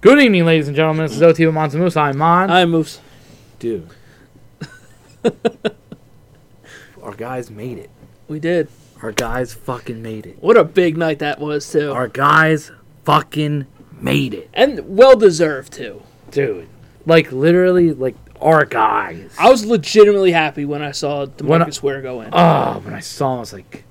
Good evening, ladies and gentlemen. This is OT with Monza Moose. I'm Mon. Uh, I moves. Dude. Our guys made it. We did. Our guys fucking made it. What a big night that was too, Our guys fucking made it. and well deserved too. Dude, Uh, Like literally, like our guys. I was legitimately happy when I saw When I- Demarcus Ware go in. oh, when I saw him, I was like,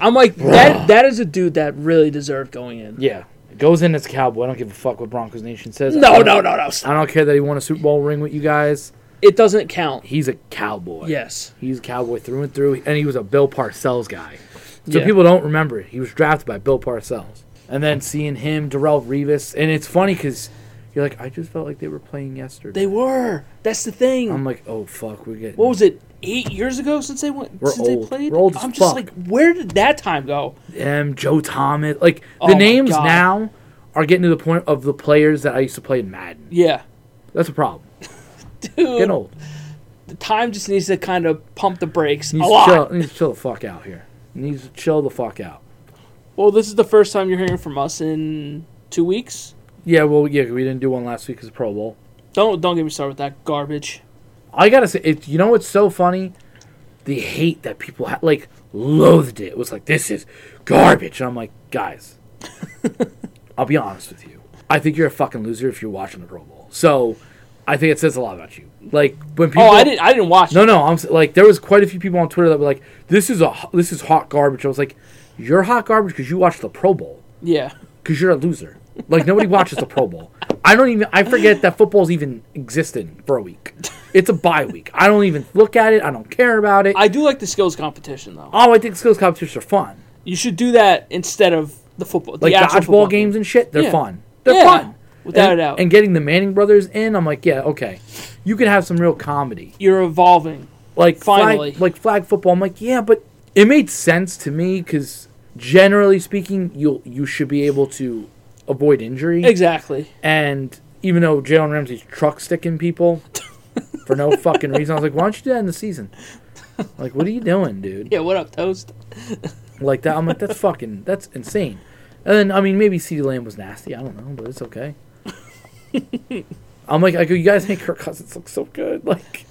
I'm like that. That is a dude that really deserved going in. yeah, it goes in as a cowboy. I don't give a fuck what Broncos Nation says. I No, don't- no, no, no. stop. I don't care that he won a Super Bowl ring with you guys. It doesn't count. He's a cowboy. Yes. He's a cowboy through and through, and he was a Bill Parcells guy. So Yeah. people don't remember it. He was drafted by Bill Parcells. And then seeing him, Darrell Revis, and it's funny because you're like, I just felt like they were playing yesterday. They were. That's the thing. I'm like, oh fuck, we're getting. what was it? Eight years ago since they went. We're since old. they played. We're old as I'm just fuck. like, where did that time go? M, Joe Thomas. Like Oh the my names God. now are getting to the point of the players that I used to play in Madden. Yeah, That's a problem. dude. Getting old. The time just needs to kind of pump the brakes a Needs to lot. chill. Needs to chill the fuck out here. Needs to chill the fuck out. Well, this is the first time you're hearing from us in two weeks. Yeah, well, yeah, we didn't do one last week as Pro Bowl. Don't don't get me started with that garbage. I gotta say, it, you know what's so funny? The hate that people had, like loathed it. It was like this is garbage. And I'm like, guys, I'll be honest with you. I think you're a fucking loser if you're watching the Pro Bowl. So, I think it says a lot about you. Like when people, oh, I didn't I didn't watch. No, it. no, I'm s- like there was quite a few people on Twitter that were like, "This is a ho- this is hot garbage." I was like, "You're hot garbage because you watched the Pro Bowl Yeah, because you're a loser. Like nobody watches the Pro Bowl. I don't even I forget that football's even existing for a week. It's a bye week. I don't even look at it. I don't care about it. I do like the skills competition though. oh, I think skills competitions are fun. You should do that instead of the football, Like the actual football dodgeball games and shit. They're Yeah. fun. They're Yeah, fun. without and, a doubt. And getting the Manning brothers in, I'm like, yeah, okay. You could have some real comedy. You're evolving. like Finally. flag, like flag football. I'm like, yeah, but it made sense to me because generally speaking, you you should be able to avoid injury. Exactly. And even though Jalen Ramsey's truck sticking people for no fucking reason, I was like, why don't you do that in the season? Like, what are you doing, dude? Yeah. What up, toast? Like that. I'm like, that's fucking that's insane. And then I mean, maybe CeeDee Lamb was nasty. I don't know, but it's okay. I'm like, I go, you guys make Kirk Cousins look so good. Like,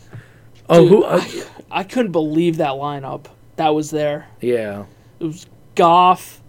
oh, Dude, who? Uh, I couldn't believe that lineup that was there. yeah. It was Goff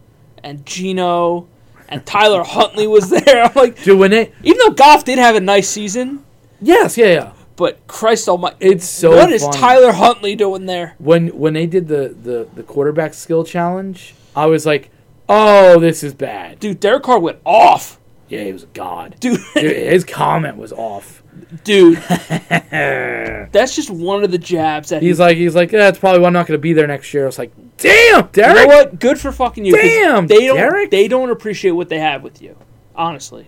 and Gino and Tyler Huntley was there. I'm like, Dude, when it, even though Goff did have a nice season, Yes, yeah, yeah. but Christ Almighty, It's so what is funny. Tyler Huntley doing there? When when they did the, the the quarterback skill challenge, I was like, "Oh, this is bad." Dude, Derek Carr went off. Yeah, he was a god. Dude, Dude, his comment was off. dude. That's just one of the jabs that He's he's. like, he's like, "Yeah, that's probably why I'm not going to be there next year." I was like, "Damn, You know Derek." what? Good for fucking you. 'cause Damn, they don't. Derek. They don't appreciate what they have with you. Honestly,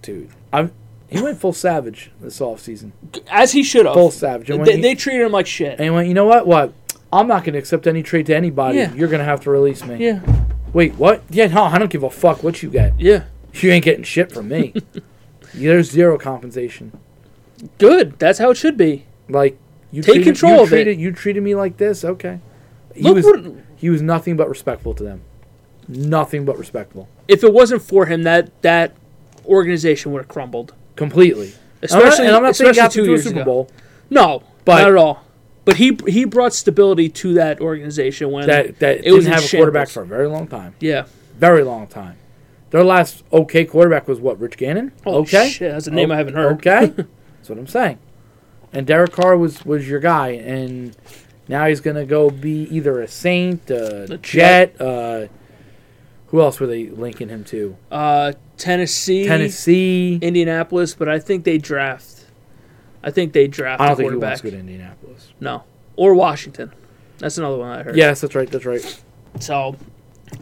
Dude, I'm. He went full savage this offseason. as he should have. Full savage. And when Oh, They, he- they treated him like shit. and he went, you know what? What? I'm not going to accept any trade to anybody. Yeah. You're going to have to release me. Yeah, Wait, what? Yeah, no, I don't give a fuck what you get. yeah. You ain't getting shit from me. There's zero compensation. Good. That's how it should be. Like you Take treated, control you of it. treated, You treated me like this, okay? He Look was what- he was nothing but respectful to them. Nothing but respectful, If it wasn't for him, that that organization would have crumbled. completely. Especially, and I'm not, especially saying got two to do a years Super ago. Bowl No, But- not at all. But he he brought stability to that organization when that that it didn't was in have a quarterback shambles. for a very long time, Yeah. very long time. Their last okay quarterback was what Rich Gannon. Holy okay, Oh, shit, that's a name I haven't heard. Okay, that's what I'm saying. And Derek Carr was was your guy, and now he's gonna go be either a Saint, a, A Jet. Jet. Uh, who else were they linking him to? Uh, Tennessee, Tennessee. Indianapolis, but I think they draft. I think they draft I a don't think he wants quarterback. to go to Indianapolis. no, or Washington. That's another one I heard. Yes, that's right. That's right. So,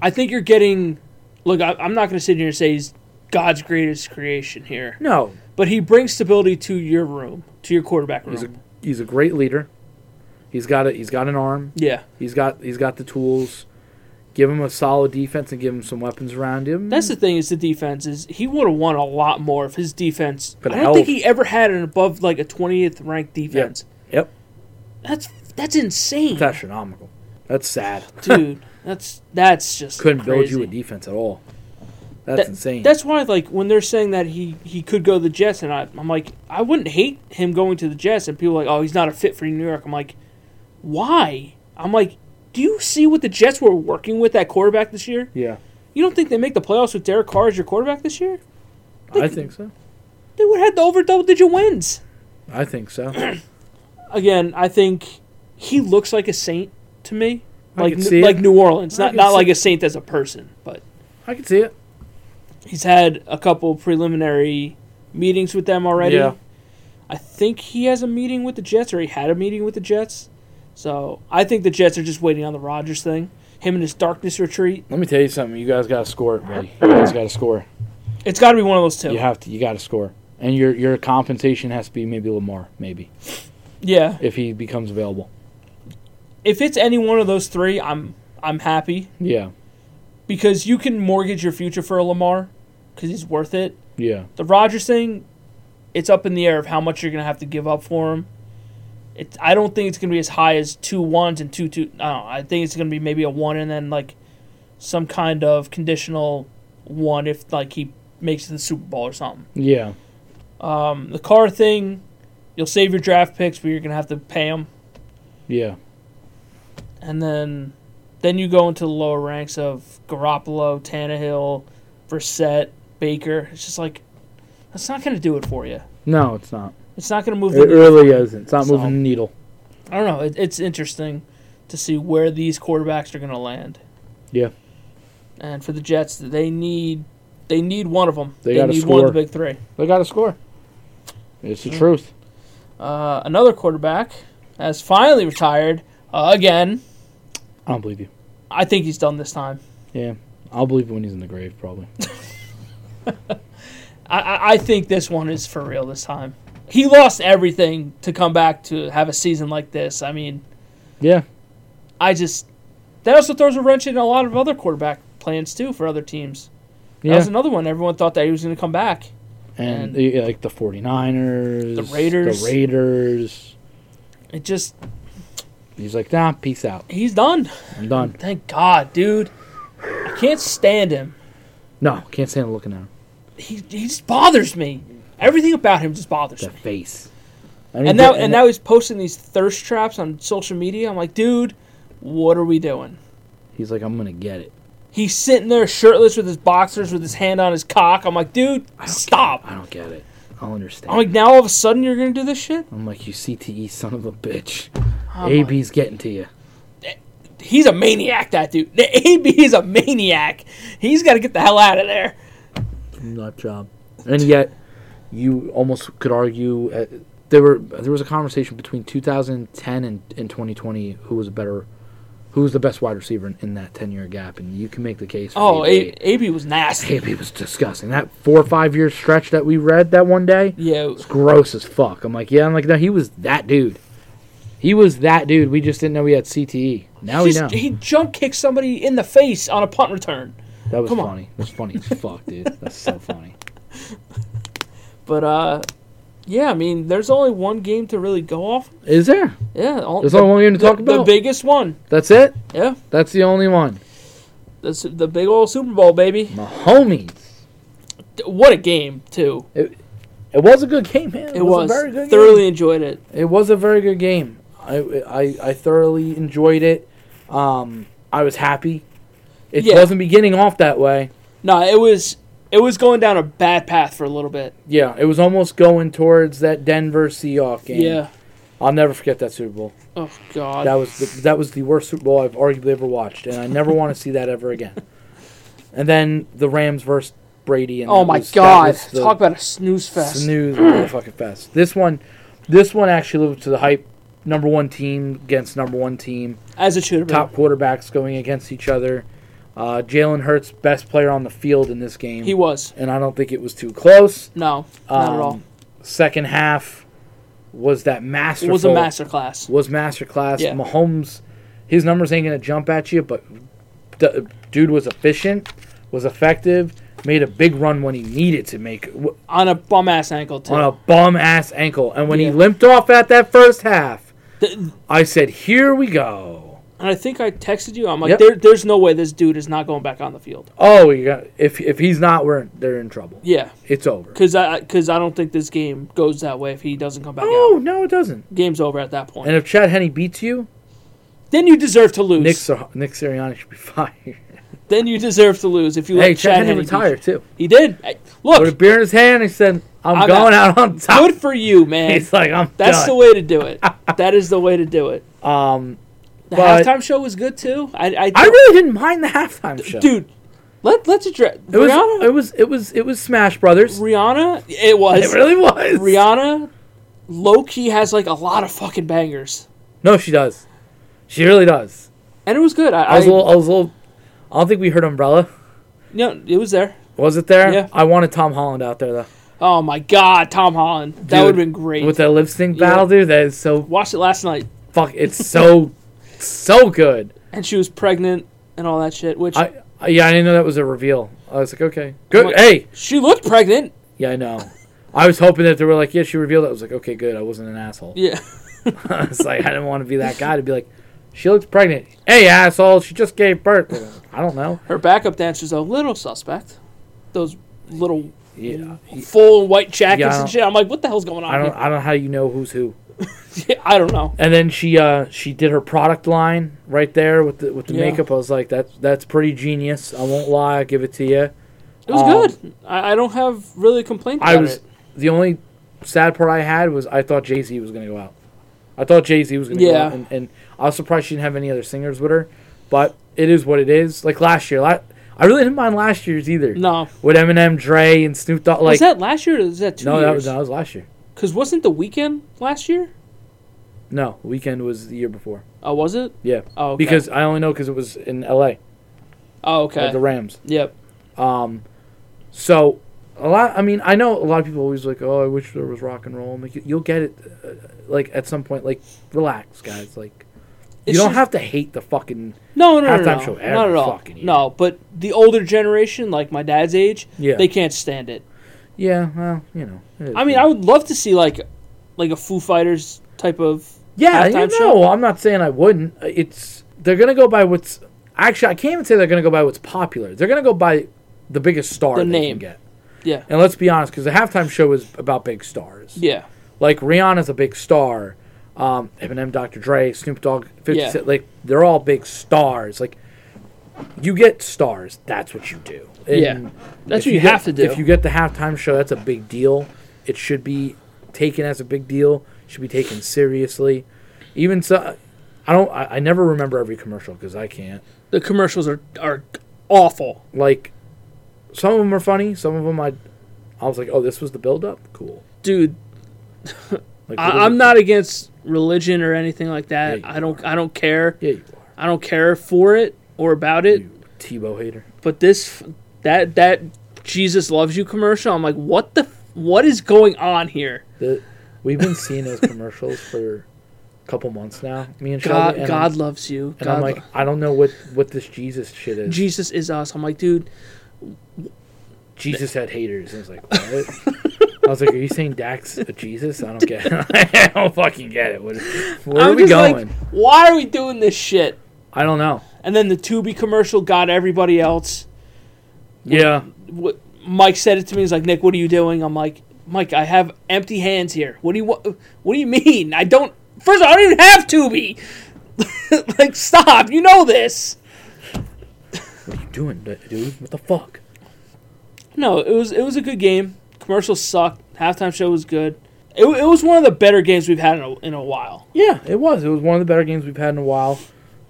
I think you're getting. Look, I, I'm not going to sit here and say he's God's greatest creation here, No, but he brings stability to your room, to your quarterback room. he's a he's a great leader. He's got a he's got an arm. yeah, He's got he's got the tools. Give him a solid defense and give him some weapons around him. That's the thing is the defense is he would have won a lot more if his defense. But I hell- don't think he ever had an above like a twentieth ranked defense. yep. That's that's insane, It's astronomical. That's sad. dude. That's that's just Couldn't build crazy. you a defense at all. That's That- insane. That's why, like, when they're saying that he, he could go to the Jets, and I, I'm like, I wouldn't hate him going to the Jets. And people are like, oh, he's not a fit for New York. I'm like, why? I'm like, do you see what the Jets were working with at quarterback this year? yeah, You don't think they make the playoffs with Derek Carr as your quarterback this year? I think so. They would have had the over double digit wins. I think so. Again, I think he looks like a saint to me. I Like can see it. like New Orleans, I not can not see- like a saint as a person, but I can see it. he's had a couple preliminary meetings with them already. Yeah. I think he has a meeting with the Jets, or he had a meeting with the Jets. So I think the Jets are just waiting on the Rodgers thing. Him and his darkness retreat. Let me tell you something. You guys got to score it, buddy. You guys got to score. It's got to be one of those two. You have to. You got to score. And your your compensation has to be maybe Lamar, maybe yeah. if he becomes available. If it's any one of those three, I'm I'm happy Yeah, because you can mortgage your future for a Lamar because he's worth it. yeah. The Rodgers thing, it's up in the air of how much you're gonna have to give up for him. It, I don't think it's gonna be as high as two ones and two two. I don't know. I think it's gonna be maybe a one and then like some kind of conditional one if like he makes it to the Super Bowl or something. Yeah. Um, the car thing, you'll save your draft picks, but you're gonna have to pay them, Yeah. and then then you go into the lower ranks of Garoppolo, Tannehill, Brissett, Baker. It's just like that's not gonna do it for you. No, it's not. It's not gonna move the It really isn't. It's not So- moving the needle. I don't know. It, it's interesting to see where these quarterbacks are going to land. Yeah. And for the Jets, they need they need one of them. They They, gotta need one of the score. big three. They got to score. It's the truth. Uh, another quarterback has finally retired uh, again. I don't believe you. I think he's done this time. Yeah, I'll believe it when he's in the grave, probably. I, I, I think this one is for real this time. He lost everything to come back to have a season like this. I mean, Yeah. I just that also throws a wrench in a lot of other quarterback plans too for other teams. That Yeah. was another one. Everyone thought that he was going to come back. and and- the- like the 49ers, The Raiders. the Raiders. It just He's like, nah, peace out. he's done. I'm done. Thank God, dude. I can't stand him. No, can't stand looking at him. He, he just bothers me. Everything about him just bothers The me. face. And now and now he's posting these thirst traps on social media. I'm like, dude, what are we doing? he's like, I'm gonna get it. He's sitting there shirtless with his boxers with his hand on his cock. I'm like, dude, stop. I don't get it. I'll understand. I'm like, now all of a sudden you're gonna do this shit? I'm like, you CTE son of a bitch. Oh my- AB's getting to you. He's a maniac, that dude. The AB is a maniac. He's gotta get the hell out of there. Nut job. And yet, you almost could argue uh, there were there was a conversation between 2010 and, and 2020 who was a better, who was the best wide receiver in, in that 10 year gap, and you can make the case. For Oh, AB. A- AB was nasty. AB was disgusting. That four or five year stretch that we read that one day. Yeah, It's gross as fuck. I'm like, yeah, I'm like, no, he was that dude. He was that dude. We just didn't know he had CTE. Now we Just- know. He jump kicked somebody in the face on a punt return. That was Come on. funny. That's funny as fuck, dude. That's so funny. But uh, yeah, I mean, there's only one game to really go off. Is there? Yeah, all, There's only one game to talk the, about. the biggest one. That's it. Yeah, That's the only one. that's the big old Super Bowl, baby. Mahomes. D- What a game too! It was a good game, man. It, was, a very good thoroughly enjoyed it. game. It was a very good game. I I, I thoroughly enjoyed it. Um, I was happy. It Yeah. wasn't beginning off that way. No, it was it was going down a bad path for a little bit. Yeah, it was almost going towards that Denver Seahawks game. Yeah. I'll never forget that Super Bowl. Oh God. That was the, that was the worst Super Bowl I've arguably ever watched, and I never want to see that ever again. And then the Rams versus Brady. And oh that my was- that God. was the Talk about a snooze fest. Snooze motherfucking fest. This one, this one actually lived up to the hype. Number one team against number one team. As it should have been. Top quarterbacks going against each other. Uh, Jalen Hurts, best player on the field in this game, He was. and I don't think it was too close. No, not at all. Um, Second half was that It masterful was a masterclass. was masterclass. Yeah. Mahomes, his numbers ain't gonna jump at you, but d- dude was efficient, was effective, made a big run when he needed to make w- On a bum ass ankle too. on a bum ass ankle, and when he Yeah. limped off at that first half, Th- I said, "Here we go." And I think I texted you. I'm like, Yep. there, there's no way this dude is not going back on the field. Oh, you got if if he's not, we're in, they're in trouble. Yeah, It's over. because I because I don't think this game goes that way if he doesn't come back Oh out. no, it doesn't. Game's over at that point. And if Chad Henney beats you, then you deserve to lose. Nick Sir- Nick Sirianni should be fired. then you deserve to lose if you hey, Chad, let Chad Henney Henney beat you. retired too. He did. Hey, Put a Look, beer in his hand and he said, "I'm, I'm going out on top." good for you, man. He's like, "I'm That's the done." way to do it. That is the way to do it. um, The But- halftime show was good too. I, I, I really didn't mind the halftime show, dude. Let let's address It was Rihanna. it was it was it was Smash Brothers. Rihanna. It was It really was. Rihanna. Low key has like a lot of fucking bangers, No, she does. She really does. and it was good. I, I I, was a little. I was a little. I don't think we heard Umbrella. no, it was there. Was it there? Yeah. I wanted Tom Holland out there though. Oh my god, Tom Holland. that Dude, would have been great. With that lip sync battle, dude, that is so Watched it last night, fuck. It's so so good. and she was pregnant and all that shit. Which I I- yeah, I didn't know that was a reveal. I was like, okay, good. like- hey, she looked pregnant. yeah, I know. I was hoping that they were like, yeah, she revealed it. I was like, okay, good. I wasn't an asshole. Yeah, I was like, I didn't want to be that guy to be like, she looks pregnant. Hey, asshole, she just gave birth. Like, I don't know. her backup dancer's a little suspect. Those little Yeah, full white jackets Yeah, I and don't- shit. I'm like, what the hell's going on? I don't. I don't know how you know who's who. here? I don't know. And then she uh, she did her product line right there with the with the Yeah. makeup. I was like, that's that's pretty genius. I won't lie, I give it to you. It was Um, good. I, I don't have really complained about I was it. the only sad part I had was I thought Jay Z was gonna go out. I thought Jay Z was gonna go Yeah. out, and, and I was surprised she didn't have any other singers with her. But it is what it is. Like last year, la- I really didn't mind last year's either. No, With Eminem, Dre, and Snoop Dogg. Like was that last year or was that two no, that years? was that was last year. Because wasn't the weekend last year? No, Weekend was the year before. Oh, was it? Yeah, Oh, okay. because I only know because it was in L.A. oh, okay. at the Rams. yep. Um, so a lot. I mean, I know a lot of people always like, oh, I wish there was rock and roll. I'm like, you'll get it, uh, like at some point. Like, relax, guys. Like, you It's don't just- have to hate the fucking. No, no, no, no, Halftime no. show every not at all. fucking year. No, but the older generation, like my dad's age, Yeah. they can't stand it. Yeah, well, you know. it is I mean, what I it would love to see like, like a Foo Fighters type of. Yeah, you know, halftime show. I'm not saying I wouldn't. It's they're gonna go by what's actually. I can't even say they're gonna go by what's popular. They're gonna go by the biggest star The they name. can get. Yeah. And let's be honest, because the halftime show is about big stars. Yeah, Like Rihanna's a big star. Um, Eminem, Dr. Dre, Snoop Dogg, 50 Yeah. Cent, like they're all big stars. Like you get stars, that's what you do. And Yeah. That's if what you get- have to do. If you get the halftime show, that's a big deal. It should be taken as a big deal. Should be taken seriously. Even so, I don't. I, I never remember every commercial because I can't. the commercials are are awful. Like some of them are funny. Some of them I, I was like, oh, this was the build up. Cool. Dude, Like what is I, it? I'm not against religion or anything like that. Yeah, you I don't I don't care. Yeah, you are. I don't care for it or about it. You Tebow hater. But this f- that that Jesus loves you commercial, I'm like, what the f- what is going on here? The, we've been seeing those commercials for a couple months now. Me and Shelby. God And God I'm, loves you. and God I'm lo- like, I don't know what what this Jesus shit is. Jesus is us. I'm like, dude, Jesus had haters. I was like, what? I was like, are you saying Dax a Jesus? I don't get it. I don't fucking get it. What, where I'm are we just like, going? why are we doing this shit? I don't know. And then the Tubi commercial got everybody else. Yeah. What Mike said it to me. He's like, Nick, what are you doing? I'm like, Mike, I have empty hands here. What do you wa- What do you mean? I don't. First of all, I don't even have Tubi. like, stop. You know this. What are you doing, d- dude? What the fuck? No, it was it was a good game. Commercials sucked. Halftime show was good. It, wa- it was one of the better games we've had in a, in a while. Yeah, it was. It was one of the better games we've had in a while.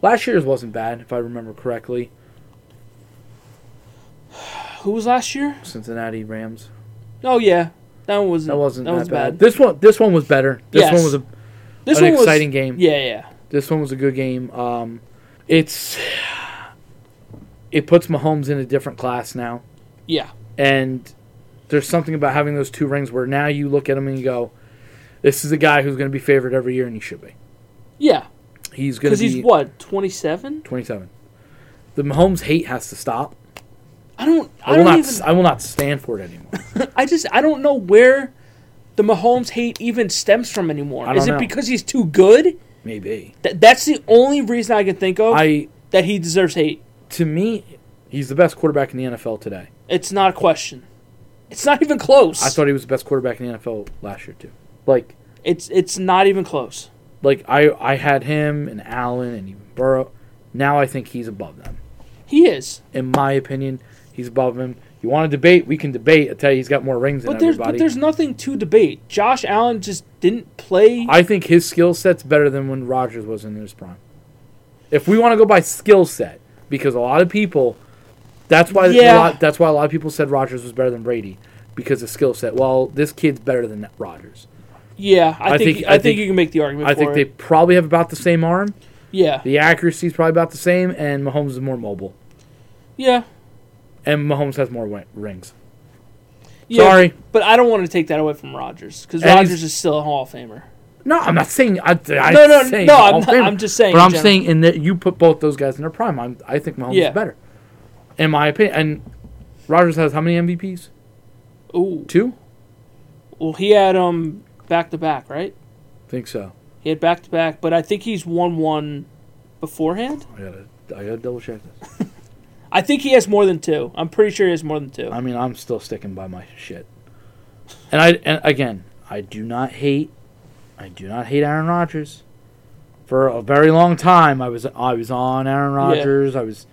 Last year's wasn't bad, if I remember correctly. Who was last year? Cincinnati Rams. Oh yeah, that one wasn't. That wasn't that, was bad. bad. This one, this one was better. This Yes. one was a, This an one was exciting game. Yeah, yeah. This one was a good game. Um, it's it puts Mahomes in a different class now. Yeah. and there's something about having those two rings where now you look at him and you go, "This is a guy who's going to be favored every year, and he should be. Yeah. He's going Because to be he's what, 27? 27. The Mahomes hate has to stop. I don't. I, will I, don't not. even. I will not stand for it anymore. I just. I don't know where the Mahomes hate even stems from anymore. I Is don't it know. because he's too good? Maybe. Th- that's the only reason I can think of I that he deserves hate. to me, he's the best quarterback in the NFL today. It's not a question. It's not even close. I thought he was the best quarterback in the NFL last year too. Like it's it's not even close. like I I had him and Allen and even Burrow. Now I think he's above them. He is. In my opinion, he's above him. You want to debate? We can debate. I tell you, he's got more rings than But there's everybody. but there's nothing to debate. Josh Allen just didn't play. I think his skill set's better than when Rodgers was in his prime. If we want to go by skill set, because a lot of people, that's why Yeah. a lot, that's why a lot of people said Rodgers was better than Brady because of skill set. Well, this kid's better than Rodgers. yeah, I, I think, think- I, I think, think- you can make the argument. I think they probably have about the same arm. they. Yeah, The accuracy's probably about the same, and Mahomes is more mobile, yeah, and Mahomes has more win- rings. yeah. Sorry. but I don't want to take that away from Rodgers because And he's- Rodgers is still a Hall of Famer. No, I'm not saying. I, I No, no, saying no, Hall I'm of not- Famer, I'm just saying But in I'm general. saying in that you put both those guys in their prime. I'm, I think Mahomes Yeah. is better, in my opinion. And Rogers has how many MVPs? Ooh, Two. well, he had um back to back, right? Think so. He had back to back, but I think he's won one beforehand. I gotta, I gotta double check this. I think he has more than two. I'm pretty sure he has more than two. I mean, I'm still sticking by my shit. And I, and again, I do not hate, I do not hate Aaron Rodgers. For a very long time, I was, I was on Aaron Yeah. Rodgers. I was,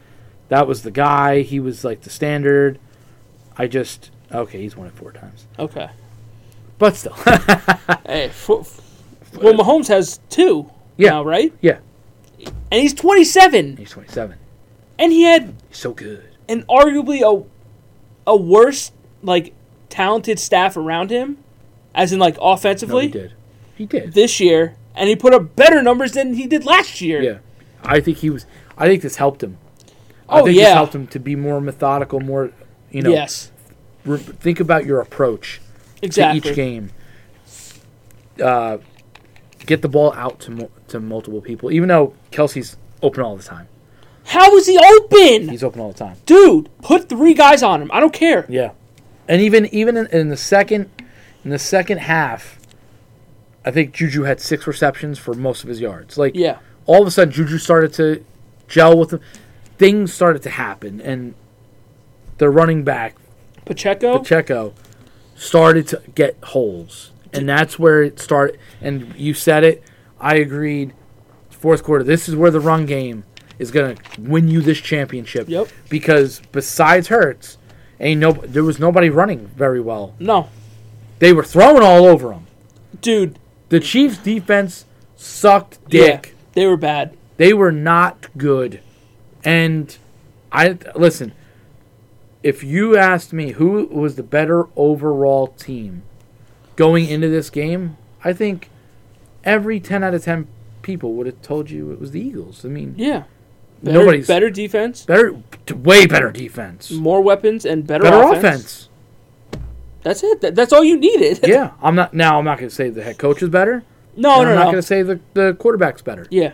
that was the guy. He was like the standard. I just, okay, he's won it four times, Okay. but still, Hey, f- f- well, Mahomes has two Yeah. now, right? Yeah. And he's 27, he's 27. and he had He's so good. an arguably a a worse like talented staff around him, as in like No, offensively he did. He did. this year, and he put up better numbers than he did last year. Yeah, I think he was. I think this helped him. I Oh think yeah. this helped him to be more methodical, more you know. yes. re- think about your approach Exactly. to each game. Uh, get the ball out to mul- to multiple people, even though Kelsey's open all the time. How is he open? He's open all the time. Dude, put three guys on him. I don't care. Yeah, and even even in, in the second in the second half, I think Juju had six receptions for most of his yards. Like Yeah. all of a sudden Juju started to gel with him. Things started to happen, and the running back Pacheco? Pacheco started to get holes, and that's where it started. And you said it. I agreed. Fourth quarter. This is where the run game is going to win you this championship. Yep. Because besides Hurts, ain't no there was nobody running very well. no. They were throwing all over him. Dude, The Chiefs' defense sucked dick. yeah. They were bad. They were not good. And I listen, if you asked me who was the better overall team going into this game, I think every 10 out of 10 people would have told you it was the Eagles. I mean, Yeah. Better, nobody's better, better defense, way better defense. more weapons and better, Better offense. offense. That's it. That, that's all you needed. yeah, I'm not now I'm not going to say the head coach is better. and no, Oh, no, I'm not no. going to say the, the quarterback's better. yeah.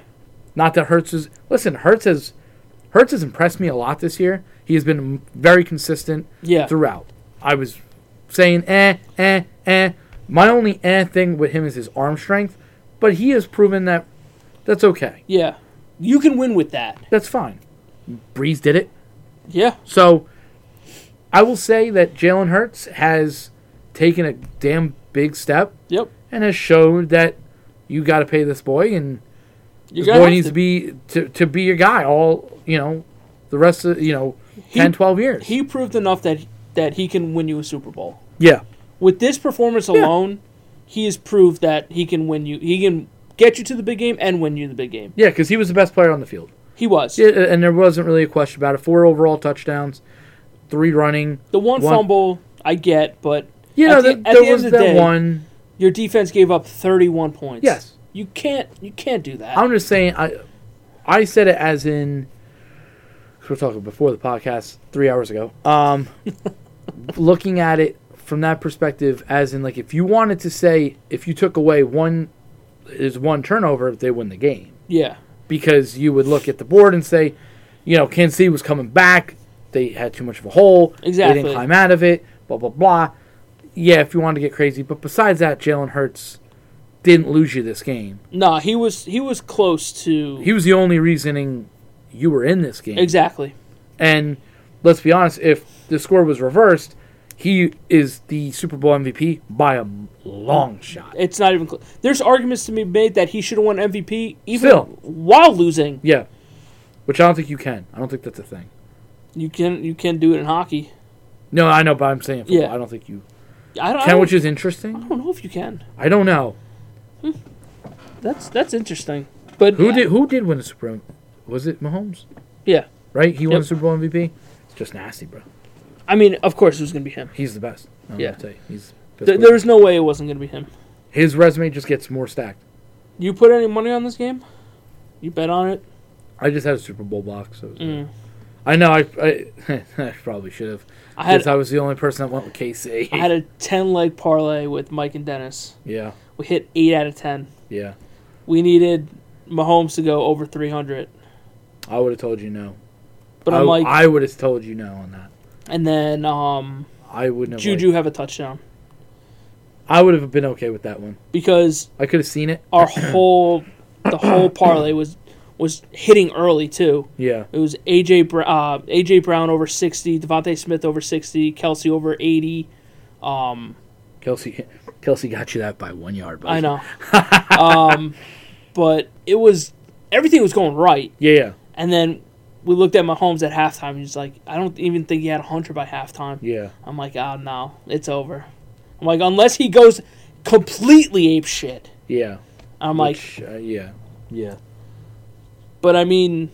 Not that Hertz is. Listen, Hertz has Hertz has impressed me a lot this year. He has been very consistent Yeah. throughout. I was saying eh, eh, eh. My only eh thing with him is his arm strength, but he has proven that that's okay. Yeah. You can win with that. That's fine. Breeze did it, Yeah. so I will say that Jalen Hurts has taken a damn big step Yep. and has showed that you got to pay this boy and You this gotta boy have needs to. to- be to, to be your guy all you know the rest of you know He- 10 12 years He proved enough that that he can win you a Super Bowl. yeah With this performance alone, he has proved that he can win you. He can get you to the big game and win you the big game. yeah because he was the best player on the field He was. Yeah, and there wasn't really a question about it four overall touchdowns three running The one, One- fumble I get, but you At know the- th- at there the end was of that the day- one your defense gave up 31 points. Yes. You can't you can't do that. i'm just saying i i said it as in 'cause we're talking before the podcast three hours ago um looking at it from that perspective as in like if you wanted to say if you took away one is one turnover they win the game yeah. because you would look at the board and say, you know, Kansas City was coming back. They had too much of a hole. They Exactly. didn't climb out of it. Blah blah blah. Yeah, if you wanted to get crazy, but besides that, Jalen Hurts didn't lose you this game. Nah, he was he was close to He was the only reasoning you were in this game. exactly. And let's be honest, if the score was reversed, he is the Super Bowl MVP by a long shot. It's not even. Cl- There's arguments to be made that he should have won MVP even Still. while losing. Yeah. Which I don't think you can. I don't think that's a thing. You can you can do it in hockey. No, I know, but I'm saying football. Yeah. I don't think you I don't. I can, don't, which is I interesting. don't know if you can. I don't know. That's that's interesting. But Who did who did win the Super Bowl? Was it Mahomes? Yeah. Right? He won Yep. the Super Bowl MVP? It's just nasty, bro. I mean, of course, it was gonna be him. He's the best. I don't Yeah. know what to tell you. He's the Th- best there was no way it wasn't gonna be him. player. His resume just gets more stacked. You put any money on this game? You bet on it. I just had a Super Bowl block, so it was- Mm. I know I I, I probably should have. I had Because I was the only person that went with KC. I had a ten leg parlay with Mike and Dennis. yeah, We hit eight out of ten. yeah. We needed Mahomes to go over three hundred. I would have told you no. But I, I'm like, I would have told you no on that. and then um, I wouldn't have. Juju liked- have a touchdown I would have been okay with that one. because I could have seen it. our whole the whole parlay was was hitting early too. Yeah, It was AJ Br- uh, AJ Brown over sixty, Devontae Smith over sixty, Kelsey over eighty. Um, Kelsey. Kelsey got you that by one yard. Buddy. I know, um, but it was everything was going right, Yeah, yeah, and then we looked at Mahomes at halftime. and He's like, I don't even think he had hundred by halftime. yeah. I'm like, oh no, it's over. I'm like, unless he goes completely ape shit. Yeah. I'm like, Which, uh, yeah, yeah. But I mean,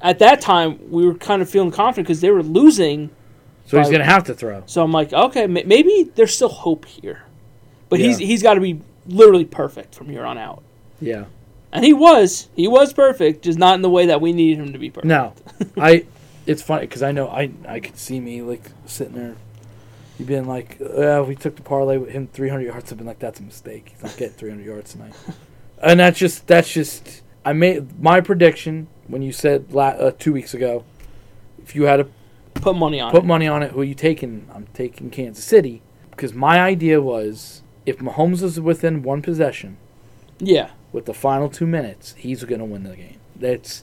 at that time we were kind of feeling confident because they were losing. So he's By- gonna have to throw. So I'm like, okay, ma- maybe there's still hope here. But he's Yeah. he's got to be literally perfect from here on out. Yeah. And he was he was perfect, just not in the way that we needed him to be perfect. No, I. It's funny because I know I I could see me like sitting there. You've been like, uh, we took the parlay with him 300 yards. I've been like, that's a mistake. He's not getting 300 yards tonight. And that's just that's just I made my prediction when you said la- uh, two weeks ago. If you had to Put money on put it. money on it, who are you taking? I'm taking Kansas City because my idea was if Mahomes is within one possession yeah, with the final two minutes, he's going to win the game. That's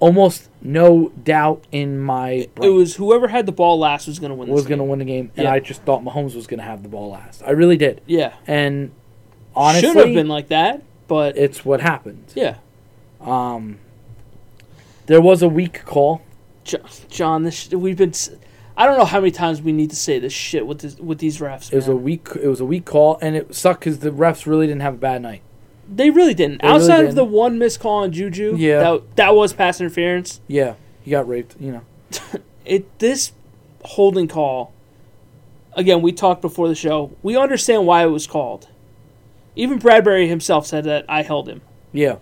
almost no doubt in my it brain was whoever had the ball last was going to win. This was going to game. win the game, and Yeah. I just thought Mahomes was going to have the ball last. I really did, Yeah, and honestly, should have been like that, but it's what happened. yeah. Um, there was a weak call. Jo- John, this sh- we've been. s- I don't know how many times we need to say this shit with this, with these refs. It was man. a weak. It was a weak call, and it sucked because the refs really didn't have a bad night. They really didn't. They really Outside of didn't. the one missed call on Juju, Yeah. that, that was pass interference. Yeah, he got raped. You know. It this holding call. Again, we talked before the show. We understand why it was called. Even Bradbury himself said that I held him. Yeah,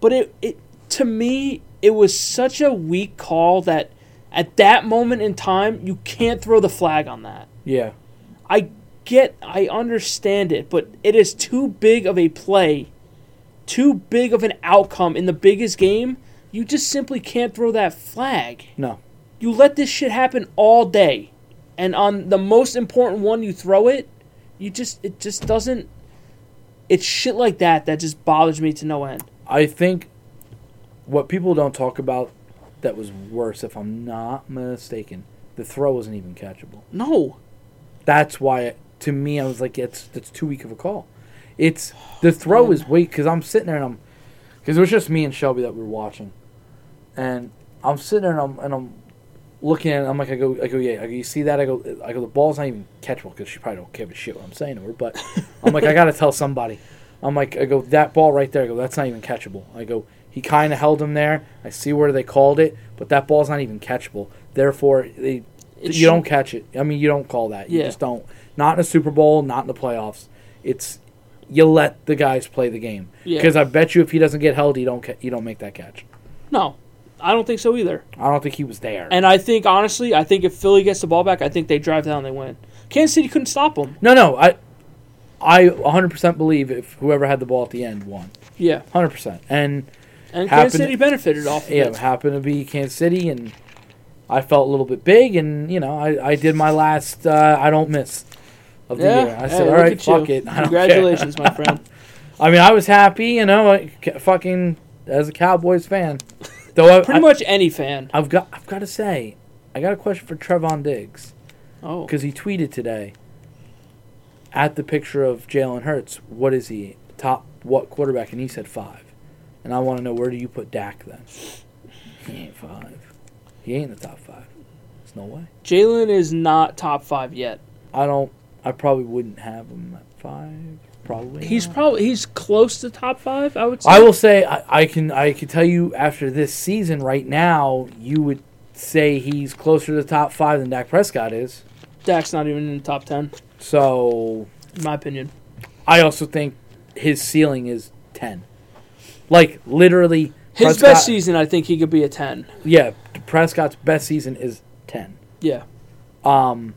But it, it to me, it was such a weak call that at that moment in time, you can't throw the flag on that. yeah, I get, I understand it, but it is too big of a play, too big of an outcome in the biggest game. You just simply can't throw that flag. no, You let this shit happen all day, and on the most important one, you throw it. You just, it just doesn't. It's shit like that that just bothers me to no end. I think what people don't talk about that was worse, if I'm not mistaken, the throw wasn't even catchable. No, That's why, it, to me, I was like, it's that's too weak of a call. It's the throw is weak because I'm sitting there and I'm because it was just me and Shelby that we were watching, and I'm sitting there and I'm and I'm looking at it, I'm like I go I go yeah I go, you see that I go I go the ball's not even catchable because she probably don't give a shit what I'm saying to her but I'm like I gotta tell somebody I'm like I go that ball right there I go that's not even catchable I go he kind of held him there I see where they called it but that ball's not even catchable therefore they you don't It shouldn't- catch it I mean you don't call that you Yeah. just don't not in a Super Bowl not in the playoffs it's you let the guys play the game Yeah. because I bet you if he doesn't get held he don't ca- he don't make that catch no, I don't think so either. I don't think he was there And I think honestly, I think if Philly gets the ball back, I think they drive down, and they win. Kansas City couldn't stop them. No, no, I, I 100% believe if whoever had the ball at the end won, Yeah. 100%. And And happened- Kansas City benefited off of yeah, it it. happened to be Kansas City, and I felt a little bit big, and you know, I, I did my last uh, I don't miss of the year. I said, hey, all look right, at fuck you. it, I don't care." Congratulations, my friend. I mean, I was happy, you know, like, c- fucking as a Cowboys fan. Though I, Pretty much any fan. I, have got, I've got to say, I got a question for Trevon Diggs Oh, because he tweeted today at the picture of Jalen Hurts. What is he top? What quarterback? And he said five. And I want to know where do you put Dak then? He ain't five. He ain't in the top five. There's no way. Jalen is not top five yet. I don't. I probably wouldn't have him at five. Probably. He's not. probably he's close to top five. I would say. I will say I, I can I can tell you after this season right now you would say he's closer to the top five than Dak Prescott is. Dak's not even in the top ten, So in my opinion. I also think his ceiling is ten. Like literally His Prescott- best season, I think he could be a ten. Yeah, Prescott's best season is ten. Yeah, Um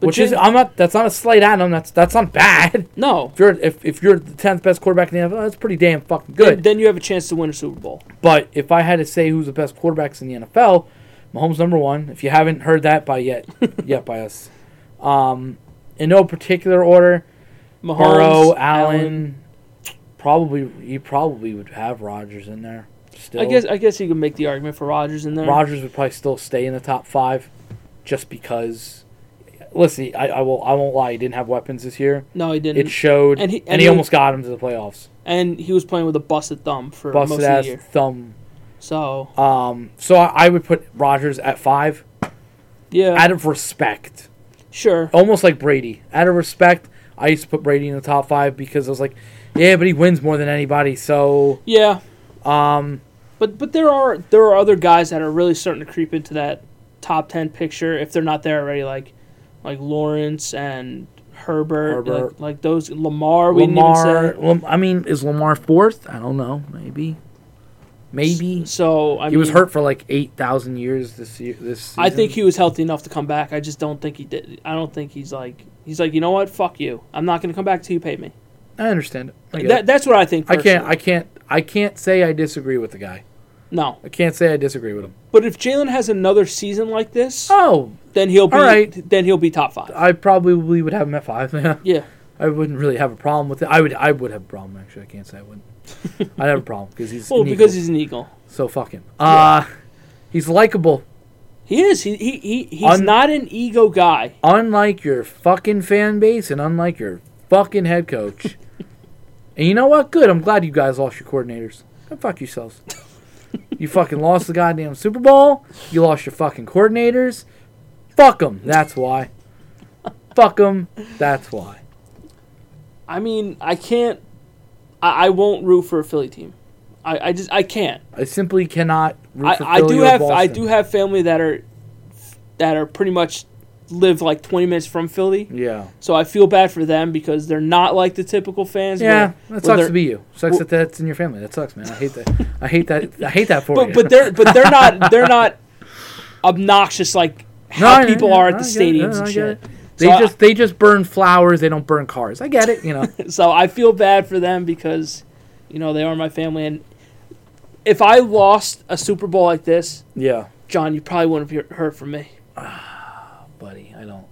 But which is Jalen- I'm not that's not a slight at him, that's that's not bad. no. If you're if, if you're the tenth best quarterback in the NFL, that's pretty damn fucking Then- good. Then, you have a chance to win a Super Bowl. But if I had to say who's the best quarterbacks in the NFL, Mahomes number one. If you haven't heard that by yet, yet by us, um, in no particular order, Mahomes, Burrow, Allen, probably you probably would have Rodgers in there. Still, I guess um, I guess you could make the argument for Rodgers in there. Rodgers would probably still stay in the top five, just because. Listen, I, I will I won't lie. He didn't have weapons this year. no, he didn't. It showed, and and he- he, and he- almost got him to the playoffs. and he was playing with a busted thumb for most Busted of ass the year. thumb. So Um, so I, I would put Rodgers at five yeah, out of respect. sure. almost like Brady. Out of respect, I used to put Brady in the top five because I was like, yeah, but he wins more than anybody. So, Yeah, um, but but there are there are other guys that are really starting to creep into that top ten picture if they're not there already. Like like Lawrence and Herbert, Herbert. Like, like those Lamar. We didn't even Lamar. say. Lam- I mean, is Lamar fourth? I don't know. Maybe, maybe So I he was mean, hurt for like eight thousand years this year. This season. I think he was healthy enough to come back. I just don't think he did. I don't think he's like he's like you know what? Fuck you. I'm not going to come back till you pay me. I understand it. I, get That, it. that's what I think. I can't. personally. I can't. I can't say I disagree with the guy. no. I can't say I disagree with him. But if Jalen has another season like this, Oh, then he'll be all right. then he'll be top five. I probably would have him at five. Yeah. Yeah. I wouldn't really have a problem with it. I would. I would have a problem actually. I can't say I wouldn't. I'd have a problem because he's Well, an because eagle. he's an eagle. So fuck him. Uh he's likable. He is. He he, he he's Un- not an ego guy. Unlike your fucking fan base and unlike your fucking head coach. and you know what? Good. I'm glad you guys lost your coordinators. Go fuck yourselves. you fucking lost the goddamn Super Bowl. You lost your fucking coordinators. Fuck them. That's why. fuck them. That's why. I mean, I can't. I, I won't root for a Philly team. I, I just I can't. I simply cannot. Root I, for I Philly do or have I Boston. do have family that are that are pretty much live like 20 minutes from Philly. Yeah. So I feel bad for them because they're not like the typical fans. Yeah, that sucks they're- to be you. Sucks well- that that's in your family. That sucks, man. I hate that. I hate that. I hate that for but you. but they're but they're not they're not obnoxious like how I- people I- are I at the get it. stadiums I and get shit. it. They So I- just they just burn flowers. They don't burn cars. I get it. You know. So I feel bad for them because you know they are my family and if I lost a Super Bowl like this, yeah, John, you probably wouldn't have he- heard from me. buddy. I don't.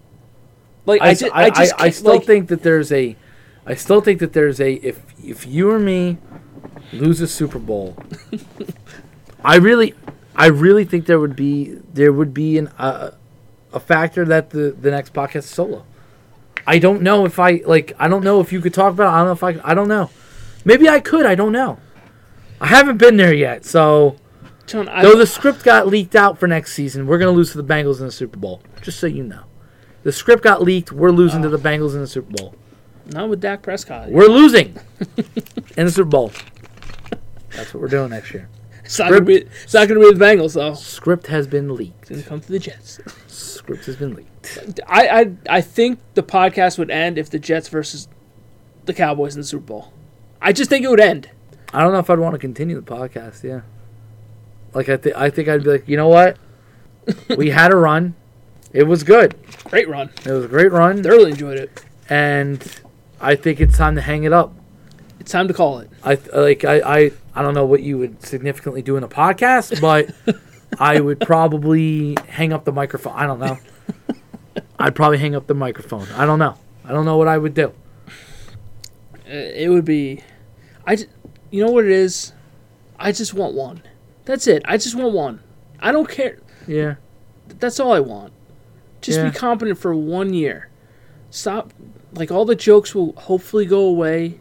Like I, I, ju- I, I just I, I can't- still like, think that there's a. I still think that there's a if if you or me lose a Super Bowl, I really, I really think there would be there would be an uh, a factor that the the next podcast is solo. I don't know if I like. I don't know if you could talk about. It. I don't know if I. could- I don't know. Maybe I could. I don't know. I haven't been there yet, so. John, I, Though the script got leaked out for next season, we're going to lose to the Bengals in the Super Bowl. Just so you know. The script got leaked. We're losing to the Bengals in the Super Bowl. not with Dak Prescott. We're losing in the Super Bowl. That's what we're doing next year. It's not gonna be it's not gonna be the Bengals though. It's Script has been leaked. gonna come to the Jets. Script has been leaked. I, I I think the podcast would end if the Jets versus the Cowboys in the Super Bowl. I just think it would end. I don't know if I'd want to continue the podcast. Yeah. Like I think I think I'd be like, you know what? We had a run. It was good. Great run. It was a great run, Thoroughly enjoyed it. and I think it's time to hang it up. It's time to call it. I th- like I, I I don't know what you would significantly do in a podcast, but I would probably hang up the microphone. I don't know. I'd probably hang up the microphone. I don't know. I don't know what I would do. Uh, It would be I, j- you know what it is, I just want one. That's it. I just want one. I don't care. Yeah. That's all I want. Just Yeah. be competent for one year. Stop. Like all the jokes will hopefully go away.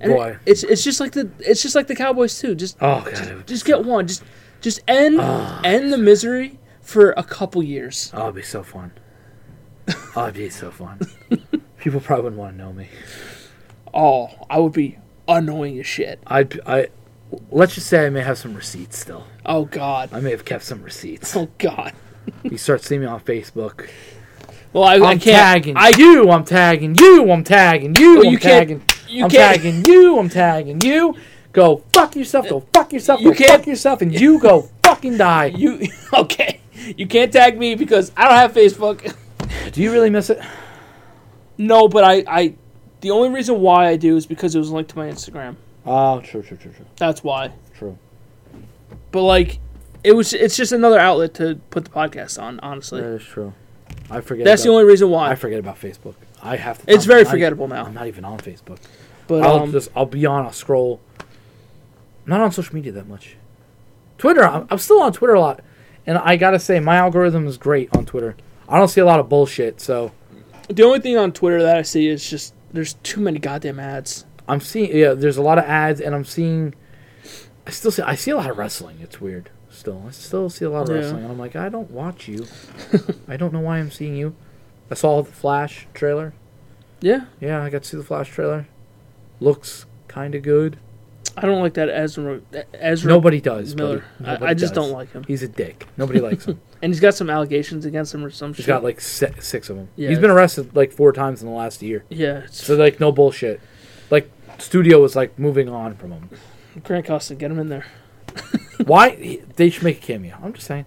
And it- Boy. it's it's just like the it's just like the Cowboys too. Just Oh god. it would- just get one. Just just end Ah. end the misery for a couple years. Oh, it'd be so fun. Oh, it'd be so fun. People probably wouldn't want to know me. Oh, I would be annoying as shit. I'd I. Let's just say I may have some receipts still. Oh God. I may have kept some receipts. Oh God. you start seeing me on Facebook. Well, I, I I'm can't. tagging I you. I'm tagging you. I'm tagging you. Well, Oh, you I'm can't- tagging. you I'm can't- tagging you. I'm tagging you. Go fuck yourself. Go fuck yourself. You go can't- fuck yourself, and you go fucking die. you okay? You can't tag me because I don't have Facebook. Do you really miss it? No, but I, I the only reason why I do is because it was linked to my Instagram. Oh, true, true, true, true, That's why. true. But like, it was it's just another outlet to put the podcast on. Honestly, That is true. I forget. that's the about- only reason why. I forget about Facebook. I have to. It's I'm very not- forgettable now. I'm not even on Facebook. but I'll um, just I'll be on. I'll scroll. I'm not on social media that much. Twitter. I'm, I'm still on Twitter a lot, and I gotta say my algorithm is great on Twitter. I don't see a lot of bullshit, so the only thing on Twitter that I see is just there's too many goddamn ads. I'm seeing. Yeah, there's a lot of ads, and I'm seeing. I still see. I see a lot of wrestling. It's weird. Still, I still see a lot of Yeah. wrestling, and I'm like, I don't watch you. I don't know why I'm seeing you. I saw the Flash trailer. Yeah, Yeah, I got to see the Flash trailer. Looks kind of good. I don't like that Ezra. Ezra Nobody does. Miller. buddy. I- Nobody I just does. don't like him. He's a dick. Nobody likes him. and he's got some allegations against him or some He's shit. got like si- six of them. Yeah, He's been arrested like four times in the last year. yeah, it's So like no bullshit. Like studio was like moving on from him. Grant Costin. Get him in there. Why he- they should make a cameo? I'm just saying.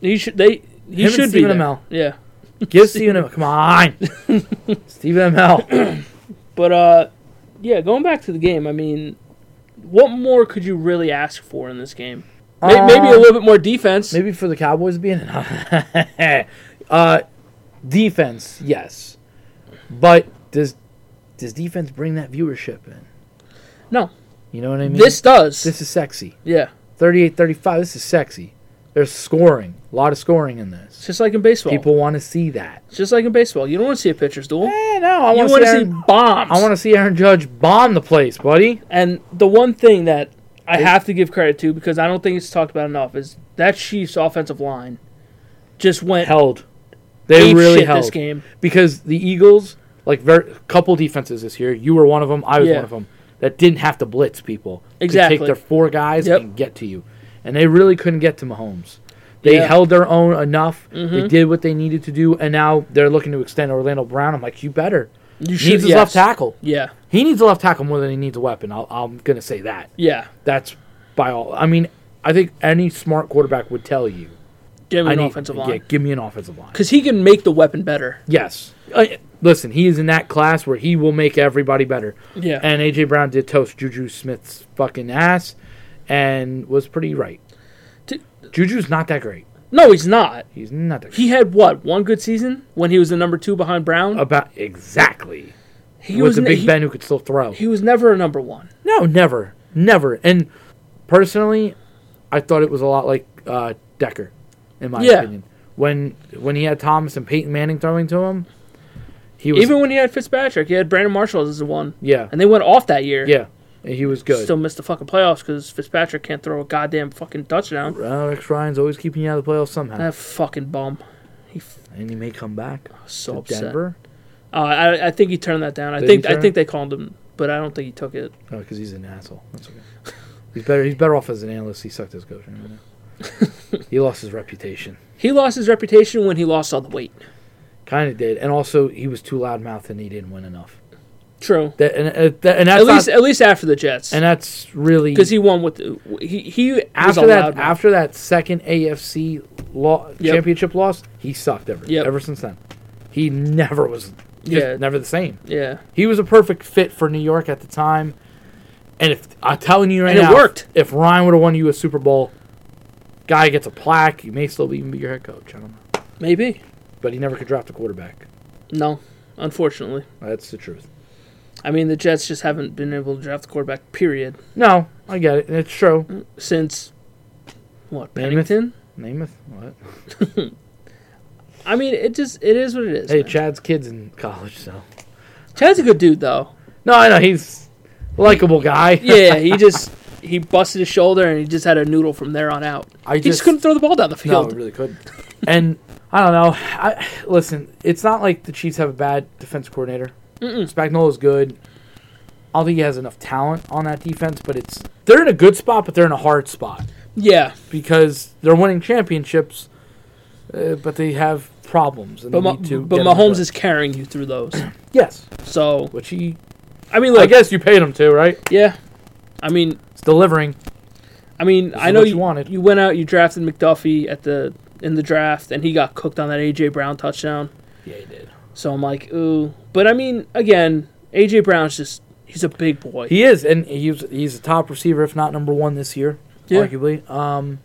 He should. They. He Him and should be Stephen there. Amell. Yeah. Give Stephen Amell. Come on, Stephen Amell. But uh, yeah, going back to the game, I mean, what more could you really ask for in this game? May Uh, maybe a little bit more defense. Maybe for the Cowboys being uh, defense, yes, but does does defense bring that viewership in? No, You know what I mean. this does. this is sexy. yeah, 38 35 this is sexy there's scoring a lot of scoring in it's this just like in baseball. people want to see that it's just like in baseball, you don't want to see a pitcher's duel. Eh, no i you want want to see, Aaron, bombs. i want to see aaron judge bomb the place buddy and the one thing that I have to give credit to because I don't think it's talked about enough is that Chiefs offensive line just went held they ape really shit held this game. because the eagles like very couple defenses this year you were one of them i was Yeah. one of them that didn't have to blitz people to Exactly. take their four guys Yep. and get to you and they really couldn't get to mahomes they Yeah. Mm-hmm. held their own enough they did what they needed to do and now they're looking to extend orlando brown i'm like you better You He needs his yes. left tackle. Yeah, He needs a left tackle more than he needs a weapon. I'll, I'm gonna say that. yeah. That's by all. I mean, I think any smart quarterback would tell you. Give me I an need offensive yeah, line give me an offensive line. because he can make the weapon better. Uh, Yes. I, listen, he is in that class where he will make everybody better. Yeah. And AJ Brown did toast Juju Smith's fucking ass, and was pretty right. Did- Juju's not that great. no, he's not. He's not that. Great. He had what one good season when he was the number two behind Brown. about exactly. he He was was the ne- Big he, Ben who could still throw. he was never a number one. No, never, never. And personally, I thought it was a lot like uh, Decker, in my Yeah. opinion. When when he had Thomas and Peyton Manning throwing to him, he was Even when he had Fitzpatrick, he had Brandon Marshall as the one, yeah and they went off that year. yeah he was good. still missed the fucking playoffs because Fitzpatrick can't throw a goddamn fucking touchdown. Alex Ryan's always keeping you out of the playoffs somehow, That fucking bum. He f- and he may come back was so to Oh, upset. Denver Uh, I I think he turned that down. I Did think he I turn think they called him, but I don't think he took it. because he's an asshole. That's okay. he's better. He's better off as an analyst. He sucked as a coach. Right now. he lost his reputation. He lost his reputation when he lost all the weight. Kind of did, and also he was too loudmouthed and he didn't win enough. True. That and, uh, that, and that's At not- least at least after the Jets, and that's really because he won with the- he he after was a that loudmouth. after that second AFC lo- Yep. championship loss, he sucked ever Yep. ever since then. He never was Yeah. yeah. never the same. yeah. He was a perfect fit for New York at the time. And if I'm telling you right And it now, worked. if Ryan would have won you a Super Bowl, guy gets a plaque, he may still even be your head coach. I don't know. Maybe. But he never could draft a quarterback. No, unfortunately. That's the truth. I mean, the Jets just haven't been able to draft a quarterback. Period. No, I get it. It's true. Since what Namath? Pennington? Namath. What? I mean, it just it is what it is. Hey, man. Chad's kid's in college, so. Chad's a good dude though. No, I know he's a likable guy. Yeah, he just he busted his shoulder and he just had a noodle from there on out. I He just couldn't throw the ball down the No, field. it really could. and I don't know. I listen. It's not like the Chiefs have a bad defense coordinator. Mm-mm. Spagnola's good. I don't think he has enough talent on that defense, but it's they're in a good spot, but they're in a hard spot Yeah, because they're winning championships, uh, but they have problems. And but they Ma- need to but get them Mahomes good. is carrying you through those. yes, So which he. I mean, I look, guess you paid him to, right? yeah, I mean, It's delivering. I mean, This I is know what you, you wanted. You went out, you drafted McDuffie at the in the draft, and he got cooked on that AJ Brown touchdown. Yeah, he did. So I'm like, ooh. But I mean, again, AJ Brown's just he's a big boy. He is, and he's he's a top receiver, if not number one this year, Yeah. arguably. Um,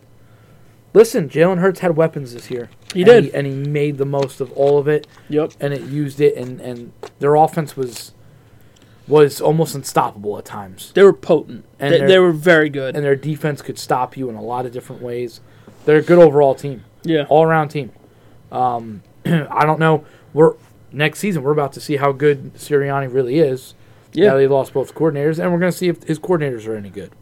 listen, Jalen Hurts had weapons this year. He And did. and he made the most of all of it, yep. and it used it, and and their offense was was almost unstoppable at times, They were potent. And they, they're- they were very good. and their defense could stop you in a lot of different ways. They're a good overall team, yeah. all around team. Um, I don't know. We're next season. We're about to see how good Sirianni really is. Yeah. Now they lost both coordinators, and we're going to see if his coordinators are any good.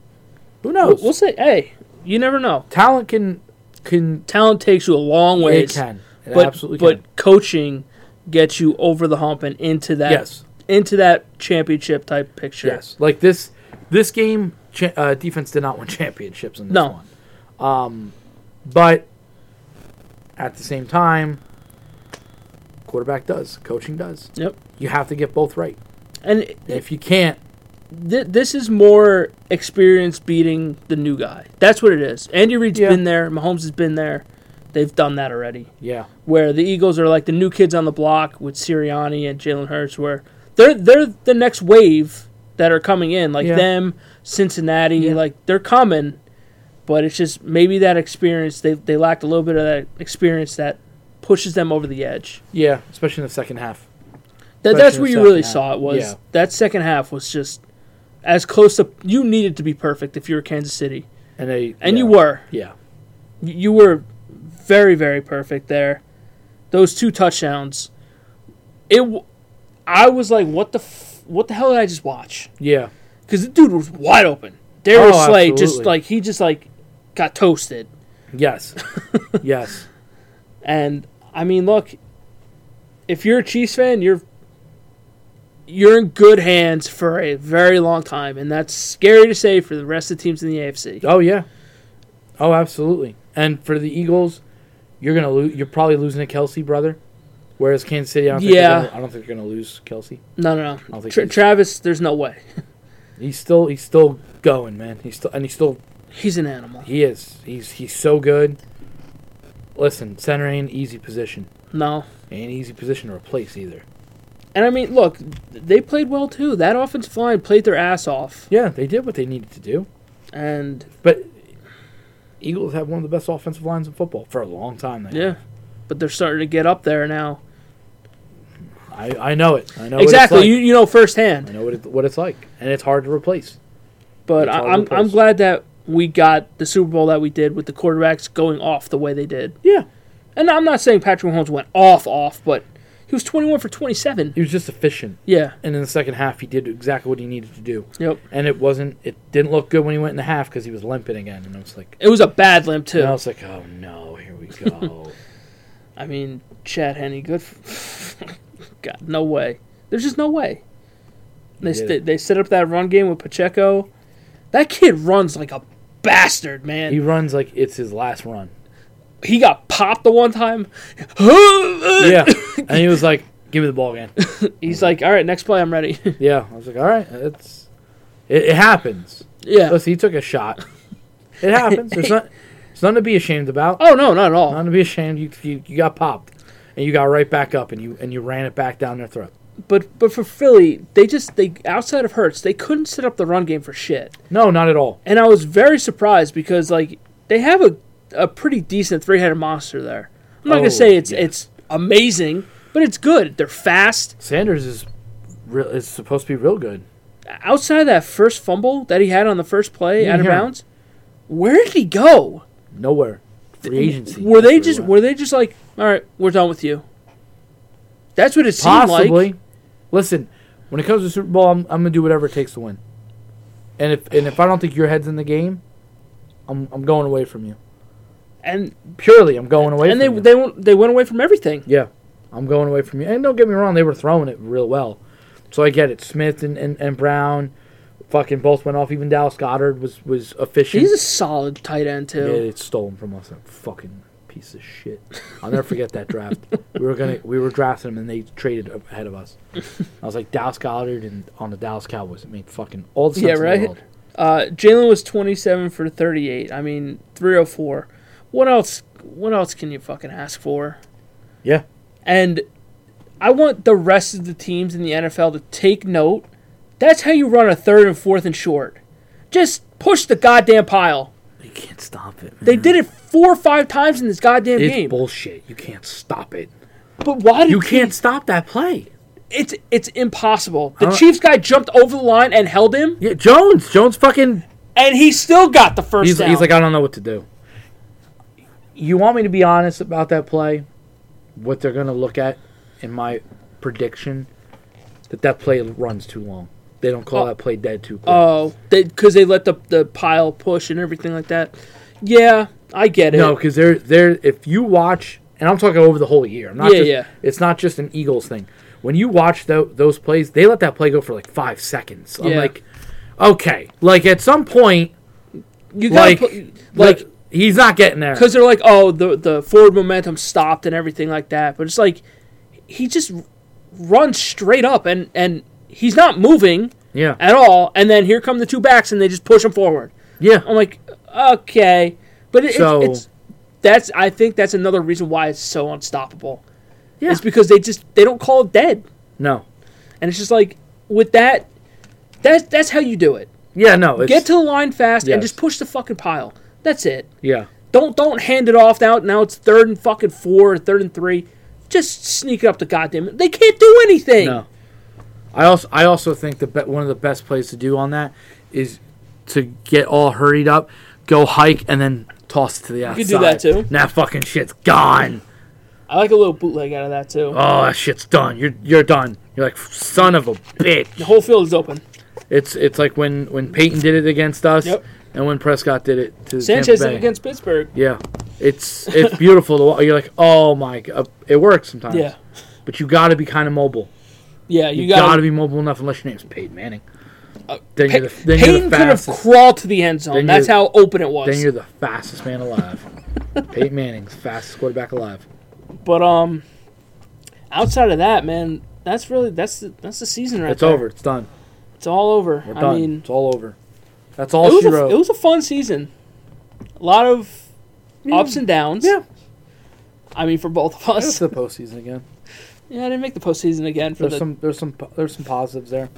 Who We'll, knows? we'll say, hey, you never know. talent can can Talent takes you a long ways. it can it but absolutely but can. coaching gets you over the hump and into that yes into that championship type picture. yes like this this game cha- uh, defense did not win championships in this No. one um but at the same time quarterback does coaching does Yep. you have to get both right And if you can't th- this is more experience beating the new guy. That's what it is. Andy Reid's Yeah. been there. Mahomes has been there. They've done that already. yeah Where the Eagles are like the new kids on the block with Sirianni and Jalen Hurts, where they're they're the next wave that are coming in, like Yeah. them, Cincinnati, Yeah. like they're coming. But it's just maybe that experience they they lacked a little bit of that experience that pushes them over the edge. yeah especially in the second half That, Especially that's the where you second really half. saw it was Yeah. that second half was just as close to you needed to be perfect if you were Kansas City, and they and you yeah. were yeah Y- you were very very perfect there. Those two touchdowns, it w- I was like, what the f- what the hell did I just watch? yeah Because the dude was wide open. Darius Oh, Slay just absolutely. like he just like got toasted, yes yes and I mean, look, if you're a Chiefs fan, you're you're in good hands for a very long time, and that's scary to say for the rest of the teams in the AFC. Oh yeah. Oh, absolutely. And for the Eagles, you're gonna lose. You're probably losing a Kelsey brother. Whereas Kansas City, I don't think Yeah. yeah. Gonna, I don't think they're gonna lose Kelsey. No, no, don't no. think Tra- he's- Travis, there's no way. He's still he's still going, man. He's still and he's still He's an animal. he is he's he's so good. Listen, center ain't an easy position. No. Ain't an easy position to replace either. And I mean, look, they played well too. That offensive line played their ass off, Yeah, they did what they needed to do. and But Eagles have one of the best offensive lines in football for a long time now. yeah, but they're starting to get up there now. I, I know it. I know exactly, What it's you like. you know I firsthand. know what, it, what it's like, and it's hard to replace. But It's I, all I'm over the I'm place. glad that we got the Super Bowl that we did with the quarterbacks going off the way they did. Yeah, And I'm not saying Patrick Mahomes went off off, but he was 21 for 27. he was just efficient. Yeah. and in the second half he did exactly what he needed to do Yep. and it wasn't it didn't look good when he went in the half because he was limping again and i was like It was a bad limp too. and i was like oh no here we go I mean, Chad Henne, good. f God, no way. There's just no way. They did st- they set up that run game with Pacheco. That kid runs like a bastard, man. he He, runs like it's his last run got popped the one time. yeah and he was like give me the ball again He's like, all right, next play, I'm ready. yeah i was like all right it's it, it happens yeah. listen he took a shot it happens there's not it's nothing to be ashamed about Oh no, not at all. nothing to be ashamed you, you you got popped and you got right back up and you and you ran it back down their throat But but for Philly, they just they outside of Hurts, they couldn't set up the run game for shit. no not at all And I was very surprised because like they have a a pretty decent three headed monster there. I'm not Oh, gonna say it's yeah. it's amazing, but it's good. They're fast. sanders is real, it's supposed to be real good. Outside of that first fumble that he had on the first play Yeah, out of yeah. bounds, where did he go? Nowhere. Free agency. Were That's they where just he went. were they just like, all right, we're done with you? That's what it seemed possibly? like. Listen, when it comes to Super Bowl, I'm, I'm gonna do whatever it takes to win. And if and if I don't think your head's in the game, I'm I'm going away from you. And Purely, I'm going away. and they from you. they went- they went away from everything. Yeah, I'm going away from you. And don't get me wrong, they were throwing it real well. So I get it. Smith and, and, and Brown, fucking both went off. Even Dallas Goddard was was efficient. He's a solid tight end yeah, too. it's stolen from us. That fucking piece of shit. I'll never forget that draft. We were gonna we were drafting him and they traded up ahead of us. I was like Dallas Goddard and on the Dallas Cowboys. It made fucking all the sense Yeah, in right? the world. Uh, Jalen was twenty seven for thirty eight. I mean, three oh four. What else? What else can you fucking ask for? Yeah. And I want the rest of the teams in the NFL to take note. That's how you run a third and fourth and short. Just push the goddamn pile. You can't stop it. Man. They did it four or five times in this goddamn It's game. bullshit. You can't stop it. but why did You can't stop that play. It's it's impossible. The Huh? Chiefs guy jumped over the line and held him, Yeah, Jones. Jones fucking and he still got the first he's, down. he's like, I don't know what to do. You want me to be honest about that play? What they're going to look at in my prediction that that play runs too long. They don't call Oh. that play dead too quick. oh, because they, let the the pile push and everything like that. Yeah, I get it. no, because they're they're if you watch, and I'm talking over the whole year. I'm not Yeah, just, yeah. It's not just an Eagles thing. When you watch tho- those plays, they let that play go for like five seconds. I'm Yeah. like, okay, like at some point, you gotta like, put- like like he's not getting there. because they're like, oh, the the forward momentum stopped and everything like that. But it's like he just runs straight up and and he's not moving Yeah, at all. And then here come the two backs and they just push him forward. yeah. I'm like, okay, but it, So- it's, it's that's I think that's another reason why it's so unstoppable. Yeah. It's because they just they don't call it dead, No, and it's just like with that, that's that's how you do it. yeah, no. It's, Get to the line fast and Yes. just push the fucking pile. That's it. yeah. Don't don't hand it off now. Now it's third and fucking four, or third and three. Just sneak it up the goddamn. They can't do anything. No. I also I also think the be- one of the best plays to do on that is to get all hurried up, go hike, and then toss it to the outside. could do that too. And that fucking shit's gone. I like a little bootleg out of that too. Oh, that shit's done. You're you're done. You're like son of a the bitch. whole field is open. It's it's like when when Peyton did it against us, Yep. and when Prescott did it to Sanchez Tampa Bay. against Pittsburgh. Yeah, it's it's beautiful. To, wa- you're like, oh my god, it works sometimes. Yeah, but you got to be kind of mobile. yeah. You, You, Uh, got got to be mobile enough, unless your name's Peyton Manning. then Pa- you're the, then you're Payton the could have fastest. crawled to the end zone. Then That's you're- how open it was. Then you're the fastest man alive. Peyton Manning's fastest quarterback alive. But um, outside of that, man, that's really that's the, that's the season right It's there. over. It's done. It's all over. We're done. I mean, it's all over. That's it all was, she a, wrote. it was a fun season. A lot of ups and downs. Yeah. I mean, for both of It's us. the postseason again. Yeah, I didn't make the postseason again for There's the. some. There's some. po- There's some positives there.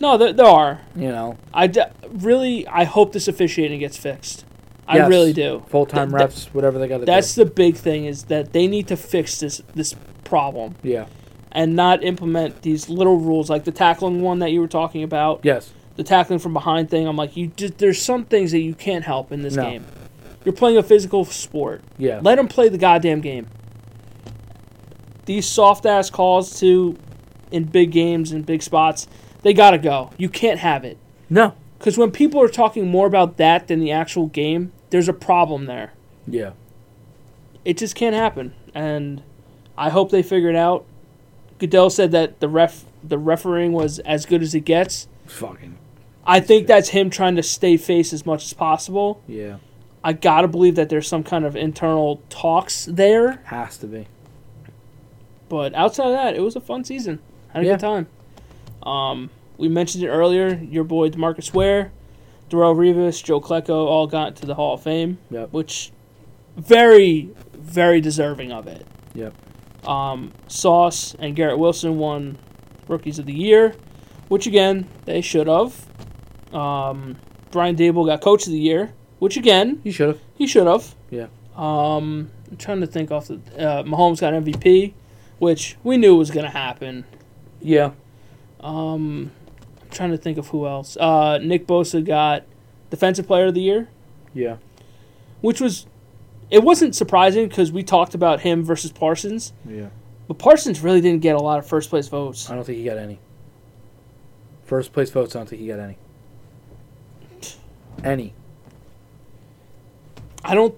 No, there, there are. You know. I d- really, I hope this officiating gets fixed. I Yes. really do. Full time Th- th- refs, whatever they got to do. That's the big thing is that they need to fix this this problem yeah. and not implement these little rules like the tackling one that you were talking about. Yes. the tackling from behind thing. I'm like, you just there's some things that you can't help in this No. game. You're playing a physical sport. Yeah. Let them play the goddamn game. These soft ass calls to in big games and big spots, they gotta go. You can't have it no. because when people are talking more about that than the actual game, there's a problem there. Yeah. It just can't happen, and I hope they figure it out. Goodell said that the ref the refereeing was as good as it gets. Fucking. I think that's him trying to stay face as much as possible. Yeah. I gotta believe that there's some kind of internal talks there. Has to be. But outside of that, it was a fun season. Had a Yeah. good time. Um, we mentioned it earlier. Your boy Demarcus Ware, Darrell Revis, Joe Klecko all got to the Hall of Fame, Yep. which very, very deserving of it. Yep. Um, Sauce and Garrett Wilson won Rookies of the Year, which again they should have. Um, Brian Dable got Coach of the Year, which again You should have. he should have. Yeah. Um, I'm trying to think off the uh, Mahomes got MVP, which we knew was gonna happen. Yeah. Um, I'm trying to think of who else. Uh, Nick Bosa got Defensive Player of the Year, Yeah. which was it wasn't surprising because we talked about him versus Parsons, Yeah. but Parsons really didn't get a lot of first place votes. I don't think he got any. First place votes, I don't think he got any. Any. I don't.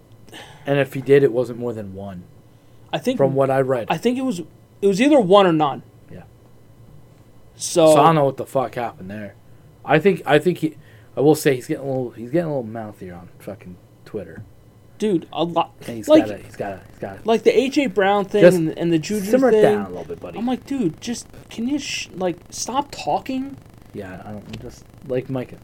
And if he did, it wasn't more than one, I think from what I read. I think it was it was either one or none. Yeah. So, So I don't know what the fuck happened there. I think I think he. I will say he's getting a little he's getting a little mouthier on fucking Twitter. dude, a lot And he's like got it. He's got it. He's got it. like the AJ Brown thing Just and, and the Juju Simmer it thing. down a little bit, buddy. I'm like, dude, just can you sh- like stop talking? yeah, I don't just like Micah.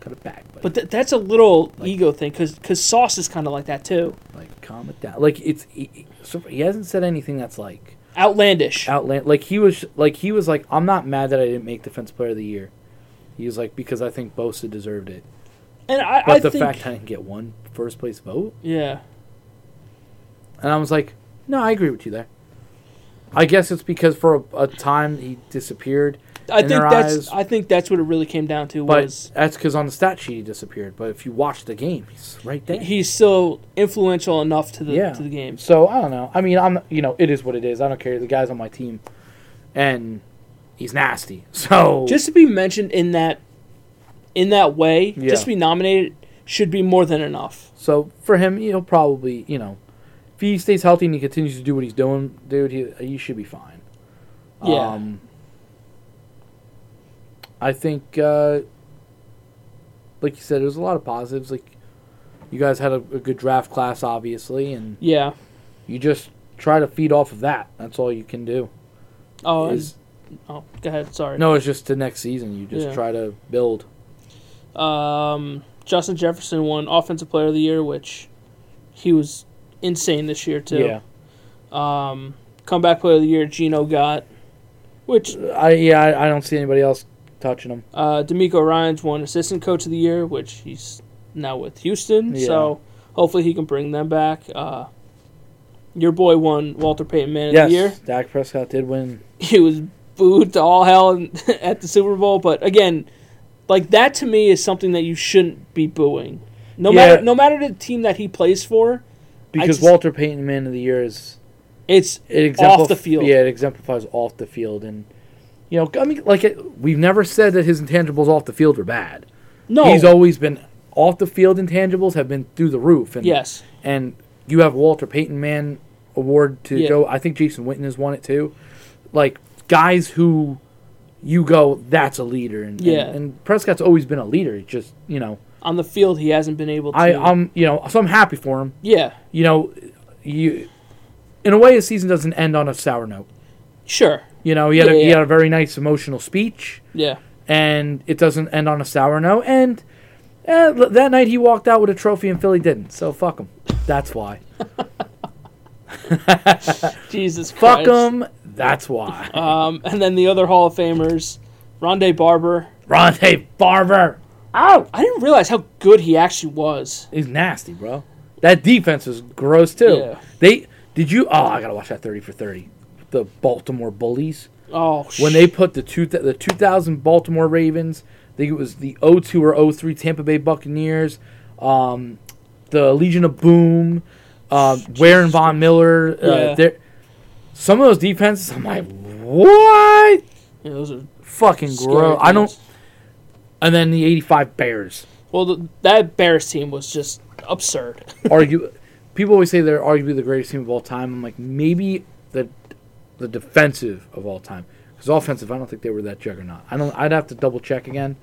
Cut it back, buddy. But th- that's a little Like- ego thing because Sauce is kind of like that too. like calm it down. Like it's he, he- so he hasn't said anything that's like Outlandish. outland. Like he was like he was like I'm not mad that I didn't make defense player of the year. He was like because I think Bosa deserved it, and I, but I the think fact I didn't get one first place vote, yeah, and I was like, no, I agree with you there. I guess it's because for a, a time he disappeared, I in think their that's eyes. I think that's what it really came down to but was that's because on the stat sheet he disappeared. But if you watch the game, he's right there. he's still influential enough to the yeah. to the games. So I don't know. I mean, I'm you know, it is what it is. I don't care. The guy's on my team, and he's nasty. So Just to be mentioned in that in that way, Yeah. just to be nominated should be more than enough. so for him, he'll probably you know, if he stays healthy and he continues to do what he's doing, dude, he he should be fine. Yeah. Um, I think, uh, like you said, there's a lot of positives. Like you guys had a, a good draft class, obviously, and Yeah. you just try to feed off of that. That's all you can do. Oh, and- is- oh, go ahead. Sorry. No, it's just the next season. You just Yeah. try to build. Um, Justin Jefferson won Offensive Player of the Year, which he was insane this year too. Um, comeback Player of the Year, Gino got, which I yeah, I, I don't see anybody else touching him. uh, D'Amico Ryan's won Assistant Coach of the Year, which he's now with Houston. Yeah. So hopefully he can bring them back. Uh, your boy won Walter Payton Man of yes, the Year. Dak Prescott did win. he was booed to all hell in, at the Super Bowl. But again, like that to me is something that you shouldn't be booing. No Yeah. matter no matter the team that he plays for, Because just- Walter Payton Man of the Year is it's it Off the exemplif- field. Yeah, it exemplifies off the field, and you know, I mean, like it, we've never said that his intangibles off the field are bad. no. He's always been off the field intangibles have been through the roof. And, yes, and you have Walter Payton Man award to Yeah. go. I think Jason Witten has won it too. Like guys who you go, that's a leader. And, and- Yeah. and, Prescott's always been a leader. It's just you know, on the field he hasn't been able to. I I'm you know, so I'm happy for him. yeah, You know, you in a way, his season doesn't end on a sour note. sure, You know, he had, a, Yeah, he yeah. had a very nice emotional speech, yeah, and it doesn't end on a sour note. And eh, l- that night he walked out with a trophy, and Philly didn't. So fuck him. That's why. Jesus, Fuck Christ. him. That's why. Um, and then the other Hall of Famers, Rondé Barber. Ronde Barber. Oh, I didn't realize how good he actually was. He's nasty, bro. That defense is gross too. Yeah. They did you? Oh, I gotta watch that thirty for thirty. The Baltimore Bullies. Oh, when sh- they put the two the 2000 Baltimore Ravens, I think it was the 02 or 03 Tampa Bay Buccaneers, um, the Legion of Boom, uh, Ware and Von Miller. Yeah. Uh, they're- some of those defenses, I'm like, what? Yeah, those are Fucking scary gross. I teams. don't. And then the 85 Bears. Well, th that Bears team was just absurd. Argue, people always say they're arguably the greatest team of all time. I'm like, maybe the the defensive of all time. Because offensive, I don't think they were that juggernaut. I don't. I'd have to double check again.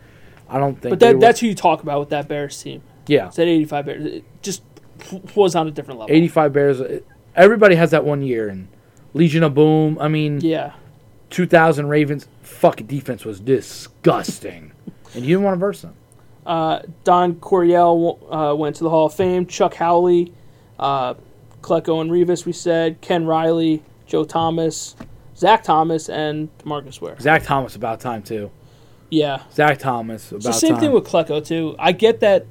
I don't think. But they that, were- that's who you talk about with that Bears team. Yeah, It's that 85 Bears. It just w- was on a different level. eighty-five Bears. uh, Everybody has that one year and Legion of Boom. I mean, Yeah. two thousand Ravens. Fucking defense was disgusting, and you didn't want to verse them. Uh, Don Coryell w- uh, went to the Hall of Fame. Chuck Howley, uh, Klecko and Revis, we said. Ken Riley, Joe Thomas, Zach Thomas, and Marcus Ware. Zach Thomas about time too. Yeah. Zach Thomas about It's the same time. thing with Klecko, too. I get that.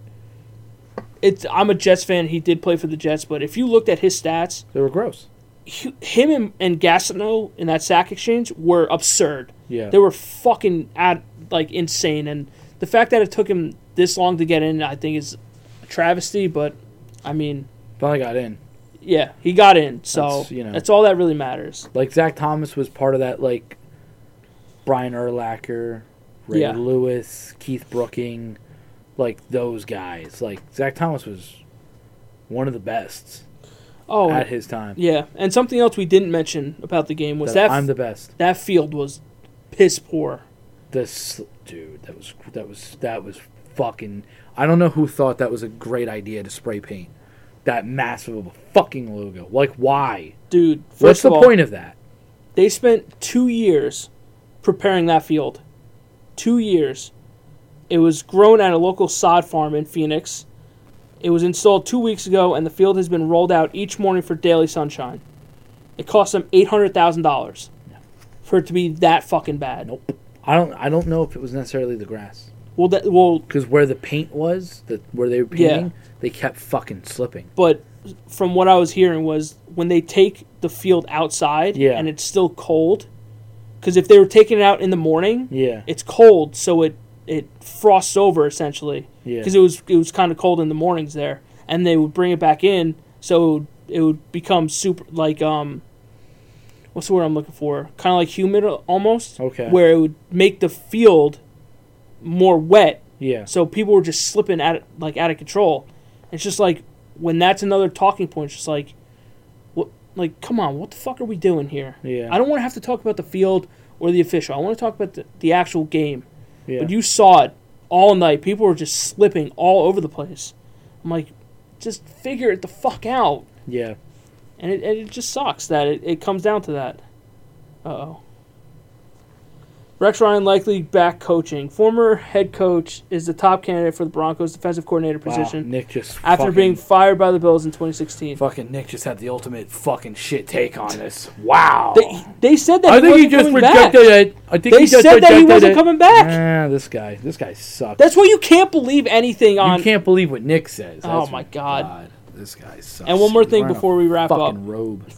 It's, I'm a Jets fan. He did play for the Jets, but if you looked at his stats, they were gross. hu- him and, and Gastineau in that sack exchange were absurd. Yeah. They were fucking at like insane, and the fact that it took him this long to get in, I think, is a travesty. But I mean, Finally got in. yeah, he got in, so That's, you know. that's all that really matters. Like Zach Thomas was part of that. Like Brian Erlacher, Ray Yeah. Lewis, Keith Brooking, like those guys. Like Zach Thomas was one of the best Oh, at his time. yeah, and something else we didn't mention about the game was That- that I'm the best. that field was piss poor. This dude, that was that was that was fucking. I don't know who thought that was a great idea to spray paint that massive of a fucking logo. Like, why? Dude, first What's the of all, point of that? They spent two years preparing that field. Two years. It was grown at a local sod farm in Phoenix. It was installed two weeks ago, and the field has been rolled out each morning for daily sunshine. It cost them eight hundred thousand dollars for it to be that fucking bad. Nope. I don't. I don't know if it was necessarily the grass Well, that well, because where the paint was, the where they were Yeah. painting, they kept fucking slipping. but from what I was hearing was when they take the field outside Yeah. and it's still cold, because if they were taking it out in the morning, Yeah. it's cold, so it it frosts over essentially. Yeah. Because it was it was kind of cold in the mornings there, and they would bring it back in, so it would, it would become super like um, what's the word I'm looking for? Kind of like humid al- almost. Okay. Where it would make the field more wet, yeah. so people were just slipping out like out of control. It's just like when that's another talking point. It's just like, what? Like, come on, what the fuck are we doing here? Yeah. I don't want to have to talk about the field or the official. I want to talk about the, the actual game. yeah. But you saw it all night. People were just slipping all over the place. I'm like, just figure it the fuck out. yeah. And it, and it just sucks that it, it comes down to that. Uh oh. Rex Ryan likely back coaching. Former head coach is the top candidate for the Broncos defensive coordinator Wow, position Nick just after fucking, being fired by the Bills in 2016. fucking Nick just had the ultimate fucking shit take on this. Wow. They, they said that I he think wasn't he just coming back. rejected it. I think They he just said that he rejected wasn't it. coming back. Nah, this guy. This guy sucks. That's why you can't believe anything on you can't believe what Nick says. Oh That's- my God. This guy sucks. And one more He's thing wearing a before we wrap up. fucking robe.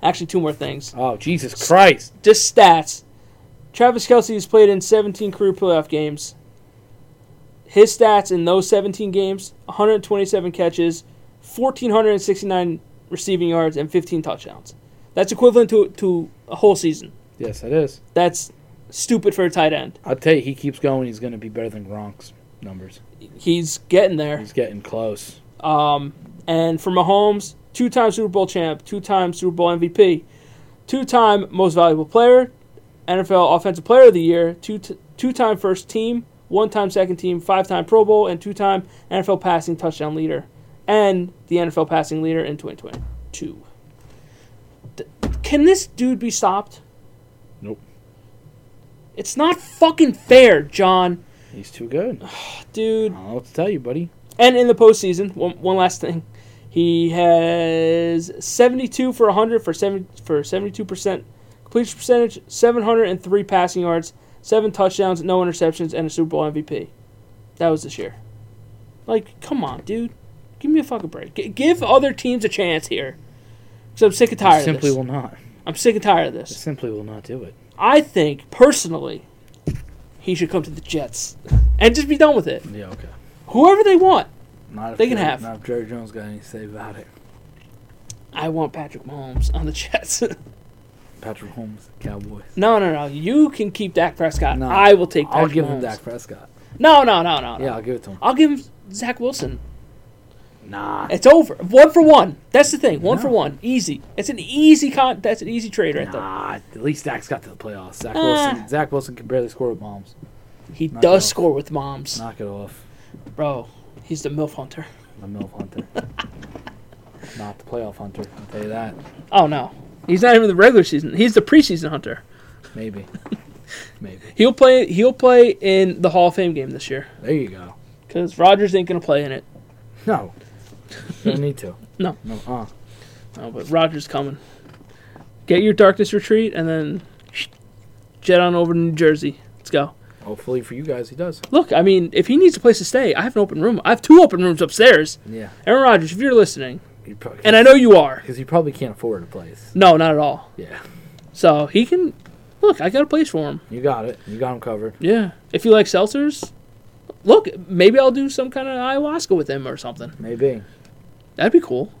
Actually, two more things. Oh Jesus Christ. Just stats. Travis Kelsey has played in 17 career playoff games. His stats in those 17 games 127 catches, 1,469 receiving yards, and 15 touchdowns. That's equivalent to, to a whole season. Yes, it is. That's stupid for a tight end. I'll tell you, he keeps going. He's going to be better than Gronk's numbers. He's getting there. He's getting close. Um, and for Mahomes, two time Super Bowl champ, two time Super Bowl MVP, two time most valuable player, NFL Offensive Player of the Year, two two time first team, one time second team, five time Pro Bowl, and two time NFL passing touchdown leader, and the NFL passing leader in 2022. D- can this dude be stopped? Nope. It's not fucking fair, John. He's too good. I Dude. don't know what to tell you, buddy. And in the postseason, one, one last thing, he has 72 for 100 for 70 for 72 percent completion percentage, 703 passing yards, seven touchdowns, no interceptions, and a Super Bowl MVP. That was this year. Like, come on, dude, give me a fucking break. G- give other teams a chance here. Because I'm sick and tired of Simply this. will not. I'm sick and tired of this. Simply will not do it. I think personally, he should come to the Jets and just be done with it. Yeah, okay. Whoever they want. Not if They can Jerry- have. Not if Jerry Jones got anything to say about it. I want Patrick Mahomes on the Jets. Patrick Holmes, Cowboys. no, no, no. You can keep Dak Prescott. No. I will take. Patrick I'll give Mahomes. him Dak Prescott. No, no, no, no. no. Yeah, I'll give it to him. I'll give him Zach Wilson. Nah. It's over. One for one. That's the thing. One for No. one. Easy. It's an easy con. That's an easy trade right Nah, at least Dak's got to the playoffs. Zach Ah. Wilson. Zach Wilson can barely score with bombs. there. He Knock does it off. score with moms, Knock it off. bro. He's the milf hunter. I'm Milf Hunter. not the playoff hunter. I'll tell you that. Oh no, he's not even the regular season. He's the preseason hunter. Maybe. Maybe. He'll play. He'll play in the Hall of Fame game this year There you go. because Rogers ain't gonna play in it. No. Don't need to. No. No. Uh. Oh, but Rogers coming. Get your darkness retreat and then jet on over to New Jersey. Let's go. Hopefully for you guys, he does. Look, I mean, if he needs a place to stay, I have an open room. I have two open rooms upstairs. Yeah. Aaron Rodgers, if you're listening, You probably, and I know you are. because you probably can't afford a place. No, not at all. Yeah, So he can look. I got a place for him. you got it. You got him covered. Yeah. If you like seltzers, look, maybe I'll do some kind of ayahuasca with him or something. Maybe That'd be cool.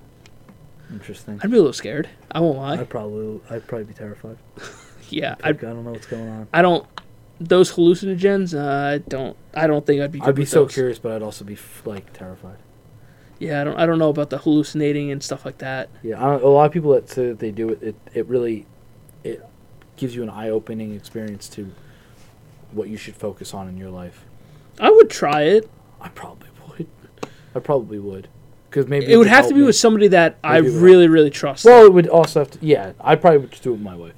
interesting. I'd be a little scared. I won't lie. I'd probably I'd probably be terrified. Yeah. I, I I don't know what's going on. I don't. Those hallucinogens, uh, I don't. I don't think I'd be. Good I'd be with so those. curious, but I'd also be f- like terrified. Yeah, I don't. I don't know about the hallucinating and stuff like that. Yeah, I don't, a lot of people that say that they do it, it, it really, it gives you an eye-opening experience to what you should focus on in your life. I would try it. I probably would. I probably would, because maybe It would could have help to be me. with somebody that I Maybe it would. really, really trust. Well, it would also have to. Yeah, I probably would just do it with my wife.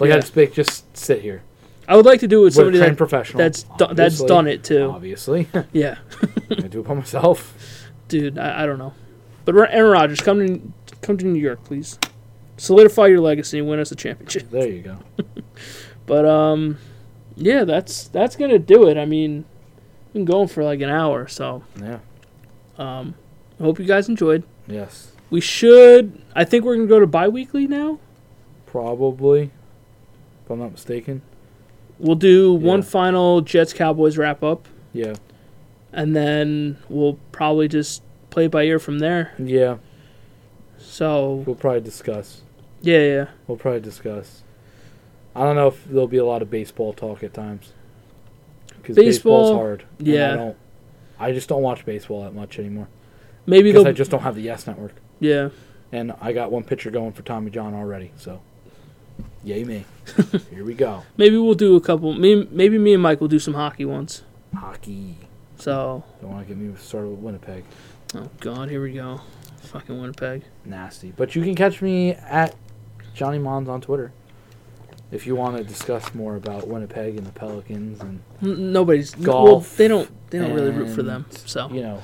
Like Yeah. I'd just, be like, just sit here. I would like to do it With with a somebody trained that, professional. that's do- that's obviously. done it too. Obviously, Yeah, I do it by myself. dude, I, I don't know, but Ro- Aaron Rodgers, come to come to New York, please. Solidify your legacy and win us a championship. There you go. But um, yeah, that's that's gonna do it. I mean, we've been going for like an hour, so Yeah. um, I hope you guys enjoyed. Yes. We should. I think we're gonna go to bi-weekly now. Probably, if I'm not mistaken. We'll do one Yeah. final Jets Cowboys wrap up, Yeah. and then we'll probably just play by ear from there. Yeah. So We'll probably discuss. yeah, yeah. We'll probably discuss. I don't know if there'll be a lot of baseball talk at times. Because baseball's Baseball, hard. and yeah. I don't. I just don't watch baseball that much anymore. Maybe Because they'll I just don't have the Yes Network. yeah. And I got one pitcher going for Tommy John already, so. Yay me. Here we go. Maybe we'll do a couple. Me, maybe me and Mike will do some hockey ones. Hockey. So Don't want to get me started with Winnipeg. oh god, here we go. Fucking Winnipeg. Nasty. But you can catch me at Johnny Mons on Twitter. If you want to discuss more about Winnipeg and the Pelicans and N- nobody's Well, Golf they don't. They don't really root for and, them. So you know,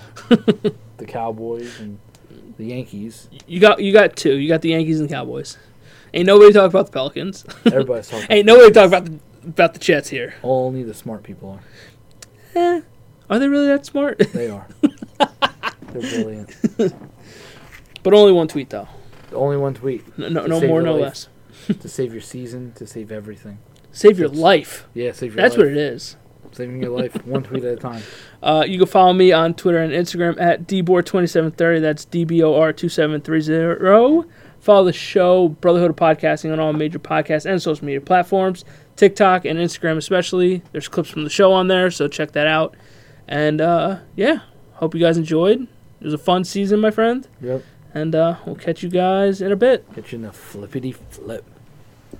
the Cowboys and the Yankees. you got you got two. You got the Yankees and Cowboys. Ain't nobody talk about the Pelicans. Everybody's talking. Ain't nobody talk about the, about the Jets here. Only the smart people are. Eh, are they really that smart? They are. They're brilliant. but only one tweet though. Only one tweet No, no, To no save more, your no life. less. to save your season, to save everything. Save your That's- life. Yeah, save your That's what life. it is. is. Saving your life one tweet at a time. Uh, you can follow me on Twitter and Instagram at dbor2730. That's dbor2730. Follow the show Brotherhood of Podcasting on all major podcast and social media platforms, TikTok and Instagram especially. There's clips from the show on there, so check that out. And uh, yeah, hope you guys enjoyed. It was a fun season, my friend. Yep. And uh, we'll catch you guys in a bit. Catching the flippity flip.